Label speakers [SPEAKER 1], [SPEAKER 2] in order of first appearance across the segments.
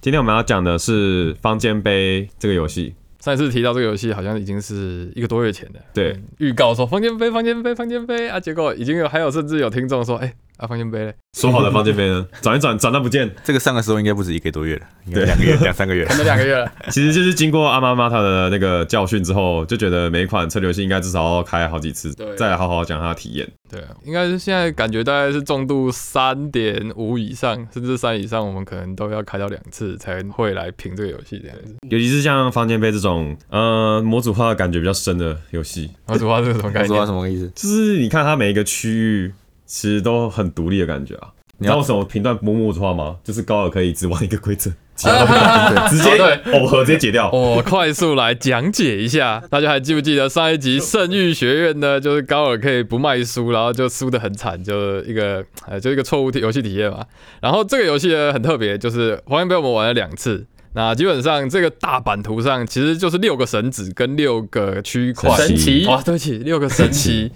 [SPEAKER 1] 今天我们要讲的是方尖碑这个游戏，
[SPEAKER 2] 上一次提到这个游戏好像已经是一个多月前的，
[SPEAKER 1] 对，
[SPEAKER 2] 预告说方尖碑、方尖碑、方尖碑啊，结果已经有还有甚至有听众说，哎、啊方尖碑 嘞，
[SPEAKER 1] 说好的方尖碑呢， 转一转转到不见，
[SPEAKER 3] 这个上的时候应该不止一个多月了，应该两个月、两三个 月。
[SPEAKER 2] 可能两个月了，
[SPEAKER 1] 其实就是经过阿妈妈她的那个教训之后，就觉得每一款策略游戏应该至少要开好几次，
[SPEAKER 2] 对
[SPEAKER 1] 再来好好讲它的体验。
[SPEAKER 2] 对啊，应该是现在感觉大概是重度三点五以上，甚至三以上，我们可能都要开到两次才会来评这个游戏这样子。
[SPEAKER 1] 尤其是像方尖碑这种，呃，模组化的感觉比较深的游戏，
[SPEAKER 2] 我主要是什么概
[SPEAKER 3] 你
[SPEAKER 2] 念
[SPEAKER 3] 说？什么意思？
[SPEAKER 1] 就是你看它每一个区域其实都很独立的感觉啊。你知道为什么评断模模组化吗？就是高尔可以只玩一个规则，其他都不玩直接
[SPEAKER 2] 哦
[SPEAKER 1] 耦合直接解掉。
[SPEAKER 2] 我、哦快速来讲解一下，大家还记不记得上一集圣域学院呢？就是高尔可以不卖书，然后就输的很惨，就一个呃，就一个错误体游戏体验嘛。然后这个游戏呢很特别，就是黄岩被我们玩了两次。那基本上这个大版图上其实就是六个绳子跟六个区块，
[SPEAKER 1] 神奇
[SPEAKER 2] 哇，对不起，六个神奇。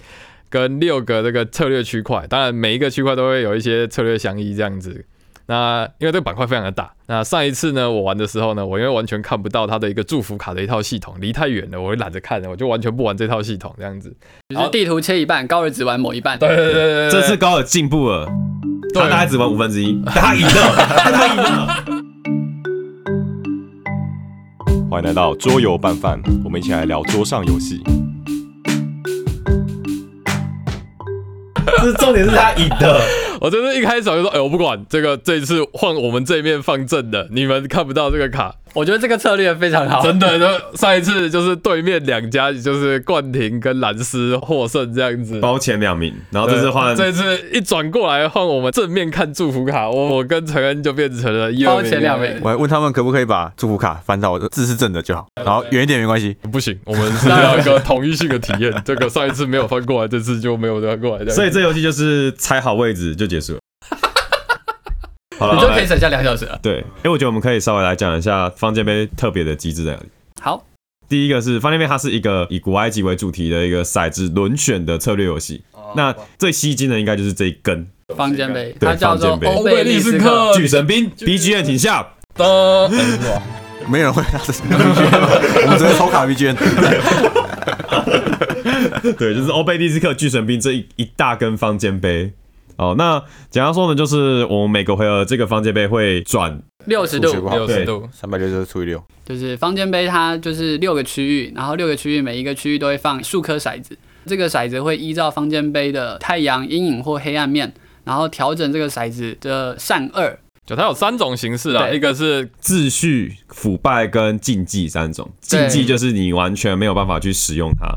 [SPEAKER 2] 跟六个这个策略区块，当然每一个区块都会有一些策略相依这样子。那因为这个板块非常的大，那上一次呢我玩的时候呢，我因为完全看不到它的一个祝福卡的一套系统，离太远了，我会懒得看了，我就完全不玩这套系统这样子。
[SPEAKER 4] 就是地图切一半，高尔只玩某一半。
[SPEAKER 2] 对对对对
[SPEAKER 1] 这次高尔进步了，他
[SPEAKER 2] 对
[SPEAKER 1] 大概只玩五分之一，但 他赢了，但他赢了。
[SPEAKER 5] 欢迎来到桌游拌饭，我们一起来聊桌上游戏。
[SPEAKER 1] 这重点是他赢的，
[SPEAKER 2] 我真是一开始我就说，哎、我不管这个，这一次换我们这一面放正的，你们看不到这个卡，
[SPEAKER 4] 我觉得这个策略非常好。
[SPEAKER 2] 真的。就上一次就是对面两家，就是冠廷跟蓝斯获胜这样子。
[SPEAKER 1] 包前两名，然后哦这次换
[SPEAKER 2] 这次一转过来换我们正面看祝福卡，我我跟陈恩就变成了一二
[SPEAKER 4] 包前两名
[SPEAKER 3] 我还问他们可不可以把祝福卡翻到我的字是正的就好，然后远一点没关系。
[SPEAKER 2] 不行，我们是要一个统一性的体验。这个上一次没有翻过来，这次就没有翻过来。
[SPEAKER 1] 所以这游戏就是猜好位置就结 束了。好了，
[SPEAKER 4] 你就可以
[SPEAKER 1] 来
[SPEAKER 4] 省下两小时了。
[SPEAKER 1] 对，因为我觉得我们可以稍微来讲一下方尖碑特别的机制在哪里。
[SPEAKER 4] 好，
[SPEAKER 1] 第一个是方尖碑，它是一个以古埃及为主题的一个骰子轮选的策略游戏。那最吸睛的应该就是这一根
[SPEAKER 4] 方尖碑，
[SPEAKER 1] 对
[SPEAKER 4] 它叫做
[SPEAKER 1] 方尖碑
[SPEAKER 4] 欧贝利斯克。
[SPEAKER 1] 哦巨神兵，BGM 请下。
[SPEAKER 4] 呃
[SPEAKER 2] 的，
[SPEAKER 3] 没有人会拿着 BGM，我们只会抽卡 BGM。
[SPEAKER 1] 对，就是欧贝利斯克巨神兵这一一大根方尖碑。哦，那简单说呢，就是我们每个回合这个方尖碑会转
[SPEAKER 4] 六十
[SPEAKER 3] 数学不
[SPEAKER 4] 度，
[SPEAKER 3] 好
[SPEAKER 2] 六十度，
[SPEAKER 3] 三百六十除以六，
[SPEAKER 4] 就是方尖碑，它就是六个区域，然后六个区域每一个区域都会放数颗骰子，这个骰子会依照方尖碑的太阳、阴影或黑暗面，然后调整这个骰子的善恶。
[SPEAKER 2] 就它有三种形式啊，
[SPEAKER 4] 对
[SPEAKER 2] 一个是
[SPEAKER 1] 秩序、腐败跟禁忌三种。禁
[SPEAKER 4] 对
[SPEAKER 1] 忌就是你完全没有办法去使用它。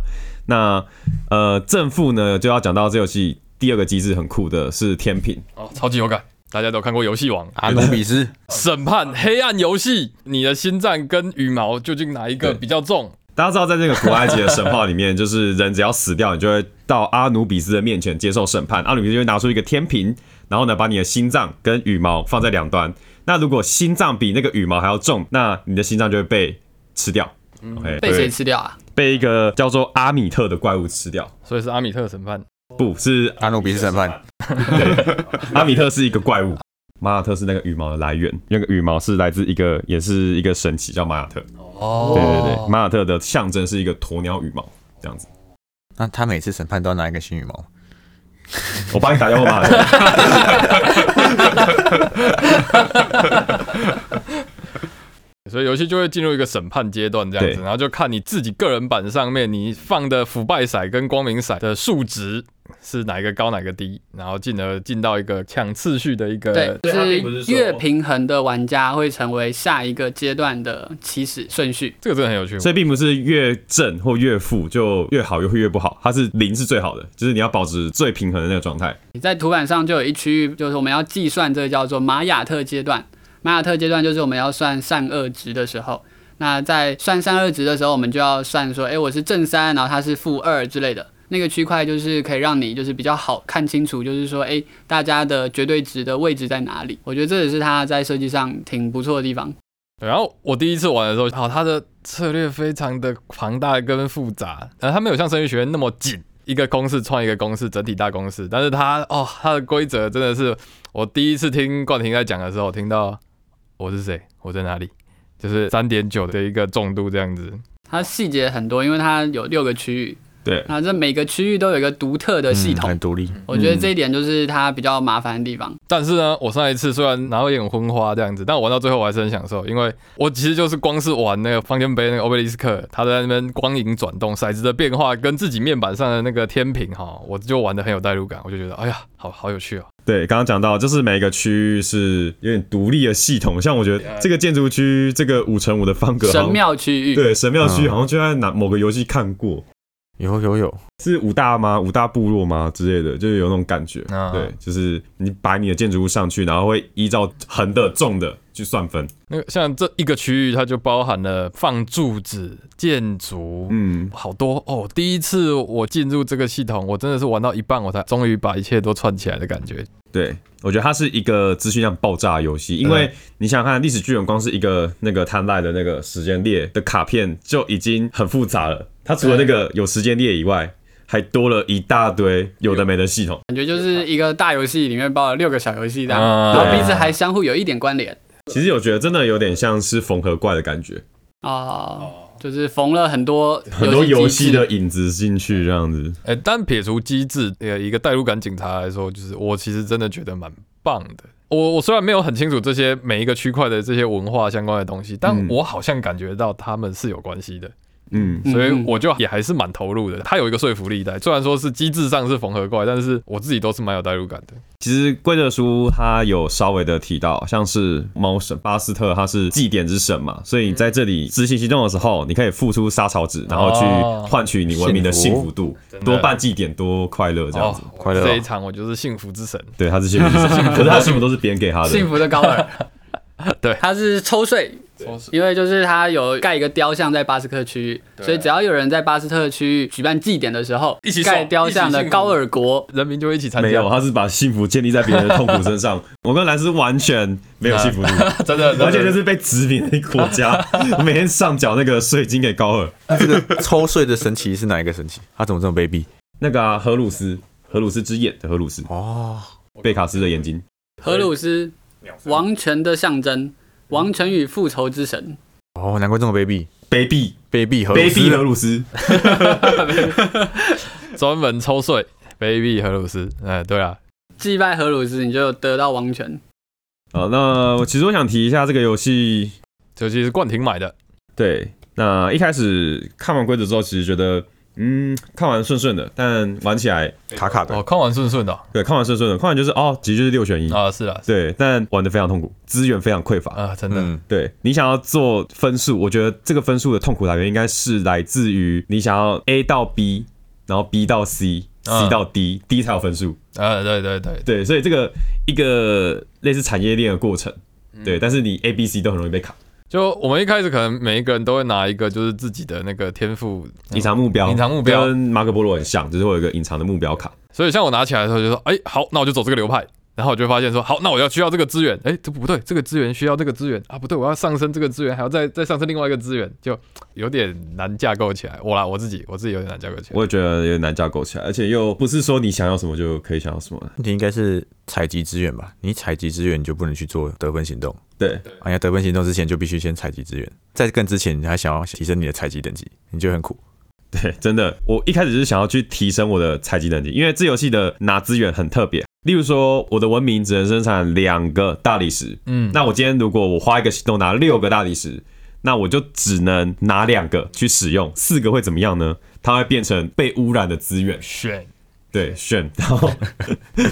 [SPEAKER 1] 那呃，正负呢就要讲到这游戏第二个机制很酷的是天平，
[SPEAKER 2] 哦，超级有感。大家都看过《游戏王》
[SPEAKER 1] 啊
[SPEAKER 3] 阿努比斯，
[SPEAKER 2] 审判黑暗游戏，你的心脏跟羽毛究竟哪一个
[SPEAKER 1] 对
[SPEAKER 2] 比较重？
[SPEAKER 1] 大家知道，在这个古埃及的神话里面，就是人只要死掉，你就会到阿努比斯的面前接受审判。阿努比斯就会拿出一个天平，然后呢，把你的心脏跟羽毛放在两端。那如果心脏比那个羽毛还要重，那你的心脏就会被吃掉。OK，
[SPEAKER 4] 嗯被谁
[SPEAKER 1] 对
[SPEAKER 4] 吃掉啊？
[SPEAKER 1] 被一个叫做阿米特的怪物吃掉，
[SPEAKER 2] 所以是阿米特审判。
[SPEAKER 1] 不是
[SPEAKER 3] 阿努比斯审判，
[SPEAKER 1] 阿米特是一个怪物，马雅特是那个羽毛的来源，那个羽毛是来自一个也是一个神奇叫马雅特，
[SPEAKER 2] 哦
[SPEAKER 1] 对对对，马雅特的象征是一个鸵鸟羽毛这样子。
[SPEAKER 3] 那他每次审判都要拿一个新羽毛，
[SPEAKER 1] 我帮你打电话马雅特，
[SPEAKER 2] 所以游戏就会进入一个审判阶段，这样子，
[SPEAKER 1] 对
[SPEAKER 2] 然后就看你自己个人版上面你放的腐败骰跟光明骰的数值是哪一个高哪一个低，然后进而进到一个抢次序的一
[SPEAKER 4] 对
[SPEAKER 2] 个，
[SPEAKER 4] 就是越平衡的玩家会成为下一个阶段的起始顺序。
[SPEAKER 2] 这个真的很有趣。
[SPEAKER 1] 所以并不是越正或越负就越好，越会越不好，它是零是最好的，就是你要保持最平衡的那个状态。
[SPEAKER 4] 你在图板上就有一区域，就是我们要计算这个叫做玛雅特阶段。玛雅特阶段就是我们要算善恶值的时候。那在算善恶值的时候，我们就要算说，诶，我是正三，然后它是负二之类的。那个区块就是可以让你就是比较好看清楚，就是说，诶，大家的绝对值的位置在哪里？我觉得这也是它在设计上挺不错的地方。
[SPEAKER 2] 对然后我第一次玩的时候，好，它的策略非常的庞大跟复杂，然后它没有像生育学院那么紧，一个公式创一个公式，整体大公式，但是它哦，它的规则真的是我第一次听冠廷在讲的时候，我听到我是谁，我在哪里，就是三点九的一个重度这样子。
[SPEAKER 4] 它细节很多，因为它有六个区域，
[SPEAKER 1] 对，
[SPEAKER 4] 那这每个区域都有一个独特
[SPEAKER 3] 呃
[SPEAKER 4] 的系
[SPEAKER 1] 嗯
[SPEAKER 4] 统，
[SPEAKER 3] 嗯很独立，
[SPEAKER 4] 我觉得这一点就是它比较麻烦的地方。
[SPEAKER 2] 但是呢，我上一次虽然拿到一点昏花这样子，但我玩到最后我还是很享受，因为我其实就是光是玩那个方尖碑那个欧贝利斯克，他在那边光影转动、骰子的变化跟自己面板上的那个天平哈，我就玩的很有代入感，我就觉得哎呀，好好有趣哦。
[SPEAKER 1] 对，刚刚讲到，就是每个区域是有点独立的系统，像我觉得这个建筑区，这个五乘五的方格好像
[SPEAKER 4] 啊神，庙区域，
[SPEAKER 1] 对，神庙区好像就在哪某个游戏看过，
[SPEAKER 3] 有有有，
[SPEAKER 1] 是五大吗？五大部落吗之类的，就是有那种感觉。
[SPEAKER 2] 啊
[SPEAKER 1] 对，就是你摆你的建筑物上去，然后会依照横的、纵的去算分。
[SPEAKER 2] 那个像这一个区域，它就包含了放柱子、建筑，
[SPEAKER 1] 嗯，
[SPEAKER 2] 好多哦！第一次我进入这个系统，我真的是玩到一半，我才终于把一切都串起来的感觉。
[SPEAKER 1] 对，我觉得它是一个资讯量爆炸的游戏，因为你想想看，历史巨人光是一个那个摊赖的那个时间列的卡片就已经很复杂了，它除了那个有时间列以外，还多了一大堆有的没的系统。
[SPEAKER 4] 感觉就是一个大游戏里面包了六个小游戏这样，
[SPEAKER 2] 啊
[SPEAKER 4] 然后彼此还相互有一点关联
[SPEAKER 1] 其实我觉得真的有点像是缝合怪的感觉，
[SPEAKER 4] 哦，就是缝了很多
[SPEAKER 1] 很多游戏
[SPEAKER 4] 机制
[SPEAKER 1] 的影子进去这样子。
[SPEAKER 2] 哎，但撇除机制，呃，一个代入感警察来说，就是我其实真的觉得蛮棒的。我我虽然没有很清楚这些每一个区块的这些文化相关的东西，但
[SPEAKER 1] 嗯
[SPEAKER 2] 我好像感觉到他们是有关系的，
[SPEAKER 1] 嗯，
[SPEAKER 4] 嗯
[SPEAKER 2] 所以我就也还是蛮投入的。它有一个说服力在，虽然说是机制上是缝合怪，但是我自己都是蛮有代入感的。
[SPEAKER 1] 其实规则书它有稍微的提到，像是猫神巴斯特，他是祭典之神嘛，所以你在这里执行行动的时候，你可以付出沙草纸，然后去换取你文明的幸福度，多办祭典多快乐这样子。
[SPEAKER 2] 哦
[SPEAKER 3] 快乐哦
[SPEAKER 2] 这一场我就是幸福之神。，
[SPEAKER 1] 对，他是幸福之神，可是他幸福都是别人给他的。
[SPEAKER 4] 幸福的高尔
[SPEAKER 2] 对
[SPEAKER 4] 它是抽税，
[SPEAKER 2] 抽税
[SPEAKER 4] 因为就是它有盖一个雕像在巴斯克区域，所以只要有人在巴斯特区域举办祭典的时候
[SPEAKER 2] 一起，爽
[SPEAKER 4] 盖雕像的高尔国，
[SPEAKER 2] 人民就一起参加，
[SPEAKER 1] 没有，啊他是把幸福建立在别人的痛苦身上。我跟兰斯完全没有幸福度，
[SPEAKER 2] 真的，真的
[SPEAKER 1] 而且就是被殖民的国家， 每天上缴那个税金给高尔。
[SPEAKER 3] 那这个抽税的神奇是哪一个神奇？他怎么这么卑鄙？
[SPEAKER 1] 那个啊，荷鲁斯，荷鲁斯之眼的荷鲁斯，
[SPEAKER 3] 哦，
[SPEAKER 1] 贝卡斯的眼睛。
[SPEAKER 4] 荷鲁斯，王权的象征，王权与复仇之神。
[SPEAKER 3] 哦，难怪这么卑鄙，
[SPEAKER 1] 卑鄙，
[SPEAKER 3] 卑鄙和
[SPEAKER 1] 卑鄙荷鲁斯，
[SPEAKER 2] 专门抽税，baby 荷鲁斯，哎，对啊，
[SPEAKER 4] 祭拜荷鲁斯，你就得到王权。
[SPEAKER 1] 好，那我其实我想提一下这个游戏，
[SPEAKER 2] 尤其是冠廷买的，
[SPEAKER 1] 对，那一开始看完规则之后，其实觉得，嗯，看完顺顺的，但玩起来，
[SPEAKER 3] 卡卡的
[SPEAKER 2] 哦，，看完顺顺的哦
[SPEAKER 1] 对，看完顺顺的，看完就是哦，其实就是六选一，
[SPEAKER 2] 啊，是啊，是
[SPEAKER 1] 对，但玩的非常痛苦，资源非常匮乏。
[SPEAKER 2] 啊，真的，
[SPEAKER 3] 嗯，
[SPEAKER 1] 对你想要做分数，我觉得这个分数的痛苦来源应该是来自于你想要 A 到 B，然后 B 到 C，C
[SPEAKER 2] 嗯
[SPEAKER 1] 到 D，D 才有分数。
[SPEAKER 2] 啊，对对对，
[SPEAKER 1] 对，所以这个一个类似产业链的过程，对，但是你 A、B、C 都很容易被卡。
[SPEAKER 2] 就我们一开始可能每一个人都会拿一个就是自己的那个天赋，
[SPEAKER 1] 隐藏目标，
[SPEAKER 2] 嗯隐藏目标
[SPEAKER 1] 跟马可波罗很像，只是会有一个隐藏的目标卡。
[SPEAKER 2] 所以像我拿起来的时候就说，哎，好，那我就走这个流派。然后我就发现说，好，那我要需要这个资源，哎，这不对，这个资源需要这个资源啊，不对，我要上升这个资源，还要再再上升另外一个资源，就有点难架构起来。我啦，我自己，我自己有点难架构起来。
[SPEAKER 1] 我也觉得有点难架构起来，而且又不是说你想要什么就可以想要什么。
[SPEAKER 3] 问题应该是采集资源吧？你采集资源，你就不能去做得分行动。
[SPEAKER 1] 对，
[SPEAKER 3] 哎呀，得分行动之前就必须先采集资源，在更之前你还想要提升你的采集等级，你就很苦。
[SPEAKER 1] 对，真的，我一开始是想要去提升我的采集能力，因为这游戏的拿资源很特别。例如说，我的文明只能生产两个大理石，
[SPEAKER 2] 嗯，
[SPEAKER 1] 那我今天如果我花一个行动拿六个大理石，那我就只能拿两个去使用，四个会怎么样呢？它会变成被污染的资源，
[SPEAKER 2] 选
[SPEAKER 1] 对，炫，然后，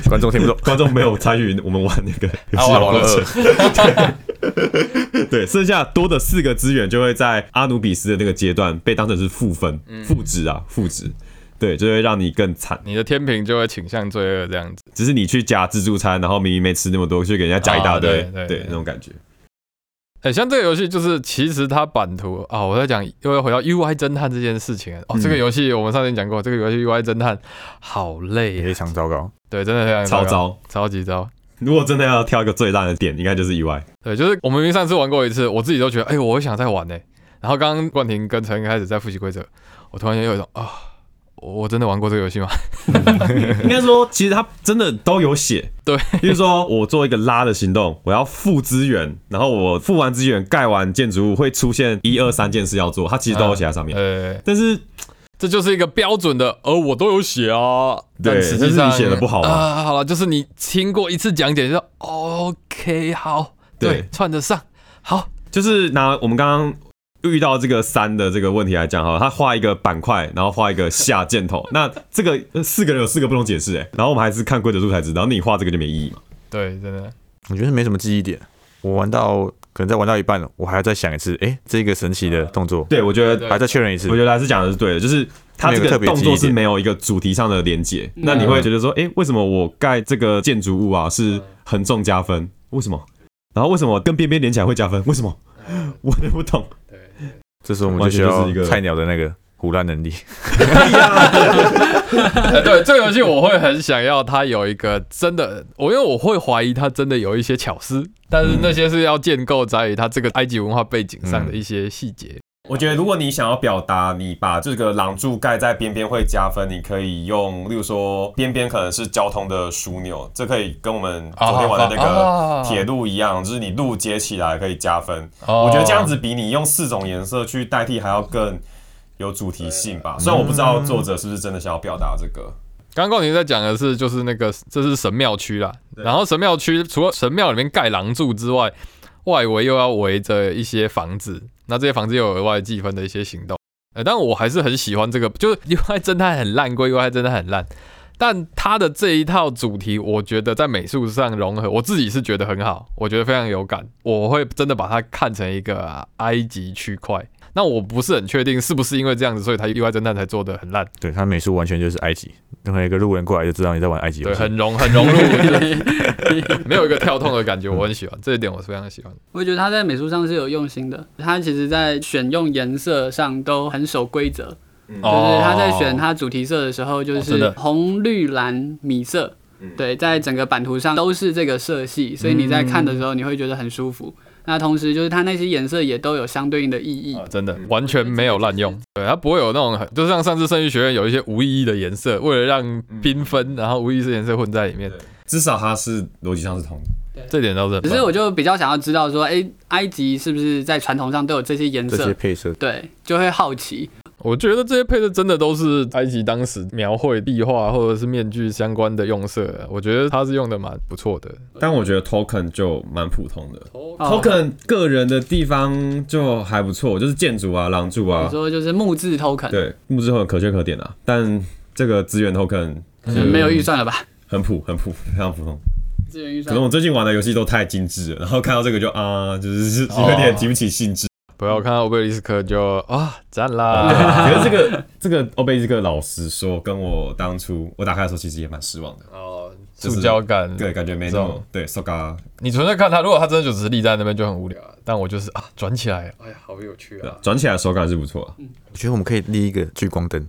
[SPEAKER 3] 观众听不懂
[SPEAKER 1] 观众没 有参与我们玩那个
[SPEAKER 2] 啊玩网络
[SPEAKER 1] 游戏的过程对对，剩下多的四个资源就会在阿努比斯的那个阶段被当成是负分、
[SPEAKER 2] 嗯
[SPEAKER 1] 负值啊、负值，对，就会让你更惨。
[SPEAKER 2] 你的天平就会倾向罪恶这样子。
[SPEAKER 1] 只是你去夹自助餐，然后明明没吃那么多，去给人家夹一大堆
[SPEAKER 2] 啊，对对
[SPEAKER 1] 对
[SPEAKER 2] 对
[SPEAKER 1] 那种感觉。
[SPEAKER 2] 哎、像这个游戏就是，其实它版图啊，我在讲又要回到 UI 侦探这件事情哦。
[SPEAKER 1] 嗯
[SPEAKER 2] 这个游戏我们上次讲过，这个游戏 UI 侦探好累
[SPEAKER 3] 非
[SPEAKER 2] 耶，
[SPEAKER 3] 常糟糕。
[SPEAKER 2] 对，真的非常
[SPEAKER 1] 超
[SPEAKER 2] 糟，
[SPEAKER 1] 糟！
[SPEAKER 2] 超级糟。
[SPEAKER 1] 如果真的要挑一个最烂的点，应该就是意 外。
[SPEAKER 2] 对，就是我们明明上次玩过一次，我自己都觉得，哎、我会想再玩呢。然后刚刚冠廷跟陈开始在复习规则，我突然间有一种啊，我真的玩过这个游戏吗？
[SPEAKER 1] 应该说，其实它真的都有写。
[SPEAKER 2] 对，
[SPEAKER 1] 比如说我做一个拉的行动，我要付资源，然后我付完资源盖完建筑物会出现一二三件事要做，它其实都有写在 上面。
[SPEAKER 2] 呃，
[SPEAKER 1] 但是
[SPEAKER 2] 这就是一个标准的，呃，我都有写啊，
[SPEAKER 1] 对
[SPEAKER 2] 但实际
[SPEAKER 1] 但
[SPEAKER 2] 上
[SPEAKER 1] 是你写得不好啊
[SPEAKER 2] 啊、好了，就是你听过一次讲解就说 OK 好，
[SPEAKER 1] 对
[SPEAKER 2] 串得上，好，
[SPEAKER 1] 就是拿我们刚刚遇到这个三的这个问题来讲哈，他画一个板块，然后画一个下箭头，那这个呃四个人有四个不同解释哎，然后我们还是看规则书才知道，你画这个就没意义嘛。
[SPEAKER 2] 对，真的，
[SPEAKER 3] 我觉得没什么记忆点。我玩到可能再玩到一半了，我还要再想一次，哎、这个神奇的动作，
[SPEAKER 1] 对，我觉得
[SPEAKER 3] 还要再确认一次
[SPEAKER 1] 我。觉得还是讲的是对的，就是他这
[SPEAKER 3] 没有
[SPEAKER 1] 个
[SPEAKER 3] 特别
[SPEAKER 1] 动
[SPEAKER 3] 记忆
[SPEAKER 1] 作是
[SPEAKER 3] 点
[SPEAKER 1] 没有一个主题上的连接，那你会觉得说，哎，为什么我盖这个建筑物啊是横重加分？为什么？然后为什么跟边边连起来会加分？为什么？我也不懂。
[SPEAKER 3] 这时候我们就需
[SPEAKER 1] 完全就是一
[SPEAKER 3] 要
[SPEAKER 1] 个
[SPEAKER 3] 菜鸟的那个胡乱能力。
[SPEAKER 2] 哎对这个游戏我会很想要它有一个真的，我因为我会怀疑它真的有一些巧思，但是那些是要建构在于它这个埃及文化背景上的
[SPEAKER 1] 嗯
[SPEAKER 2] 一些细节。
[SPEAKER 1] 我觉得，如果你想要表达你把这个廊柱盖在边边会加分，你可以用，例如说边边可能是交通的枢纽，这可以跟我们昨天玩的那
[SPEAKER 2] 哦
[SPEAKER 1] 个铁路一样，就是你路接起来可以加分。
[SPEAKER 2] 哦
[SPEAKER 1] 我觉得这样子比你用四种颜色去代替还要更有主题性吧。虽然我不知道作者是不是真的想要表达这个，
[SPEAKER 2] 刚刚你在讲的是，就是那个这是神庙区啦，然后神庙区除了神庙里面盖廊柱之外，外围又要围着一些房子，那这些房子又有额外计分的一些行动。呃，但我还是很喜欢这个，就是 UI 侦探很烂归 UI 侦探很烂，但它的这一套主题，我觉得在美术上融合，我自己是觉得很好，我觉得非常有感，我会真的把它看成一个、啊埃及区块。那我不是很确定是不是因为这样子，所以它 UI 侦探才做的很烂。
[SPEAKER 3] 对他美术完全就是埃及，任何一个路人过来就知道你在玩埃及游
[SPEAKER 2] 对，
[SPEAKER 3] 戏。
[SPEAKER 2] 很融 很 融入，没有一个跳痛的感觉，我很喜欢这一点，我是非常喜欢。
[SPEAKER 4] 我觉得他在美术上是有用心的，他其实在选用颜色上都很守规则，
[SPEAKER 3] 哦
[SPEAKER 4] 就是他在选他主题色的时候，
[SPEAKER 2] 嗯
[SPEAKER 4] 就
[SPEAKER 2] 真
[SPEAKER 4] 是
[SPEAKER 2] 的
[SPEAKER 4] 红、绿、蓝、米色，对，在整个版图上都是这个色系，所以你在看的时候你会觉得很舒服。那同时就是它那些颜色也都有相对应的意义，
[SPEAKER 2] 啊，真的完全没有滥用，对，它不会有那种很，就像上次圣域学院有一些无意义的颜色，为了让缤纷，然后无意义的颜色混在里面，
[SPEAKER 1] 至少它是逻辑上是同的。
[SPEAKER 2] 这点倒是很
[SPEAKER 4] 只
[SPEAKER 2] 棒。
[SPEAKER 4] 是我就比较想要知道说，哎、埃及是不是在传统上都有这些颜
[SPEAKER 3] 这些
[SPEAKER 4] 色？
[SPEAKER 3] 配色，
[SPEAKER 4] 对，就会好奇。
[SPEAKER 2] 我觉得这些配色真的都是埃及当时描绘壁画或者是面具相关的用色，我觉得它是用的蛮不错的。
[SPEAKER 1] 但我觉得 token 就蛮普通的
[SPEAKER 4] 哦
[SPEAKER 1] ，token 个人的地方就还不错，就是建筑啊、廊柱啊
[SPEAKER 4] 你，说就是木质 token，
[SPEAKER 1] 对，木质 token 可圈可点啊，但这个资源 token
[SPEAKER 4] 嗯没有预算了吧？
[SPEAKER 1] 很普很普，非常普通。
[SPEAKER 4] 资源预
[SPEAKER 1] 可
[SPEAKER 4] 算
[SPEAKER 1] 能我最近玩的游戏都太精致了，然后看到这个就啊，就是 是
[SPEAKER 2] 哦
[SPEAKER 1] 有点提不起兴致。
[SPEAKER 2] 不要看到欧贝里斯克就啊赞
[SPEAKER 1] 对
[SPEAKER 2] 啦，
[SPEAKER 1] 可是这个这个欧贝这个老实说，跟我当初我打开的时候其实也蛮失望的，
[SPEAKER 2] 哦，
[SPEAKER 1] 就是
[SPEAKER 2] 塑胶感，
[SPEAKER 1] 对，感觉没那
[SPEAKER 2] 哦
[SPEAKER 1] 么对。s o g a
[SPEAKER 2] 你纯粹看它，如果它真的就只是立在那边就很无聊、啊，但我就是啊转起来，哎呀好有趣啊！
[SPEAKER 1] 转起来手感是不错啊，
[SPEAKER 3] 我觉得我们可以立一个聚光灯，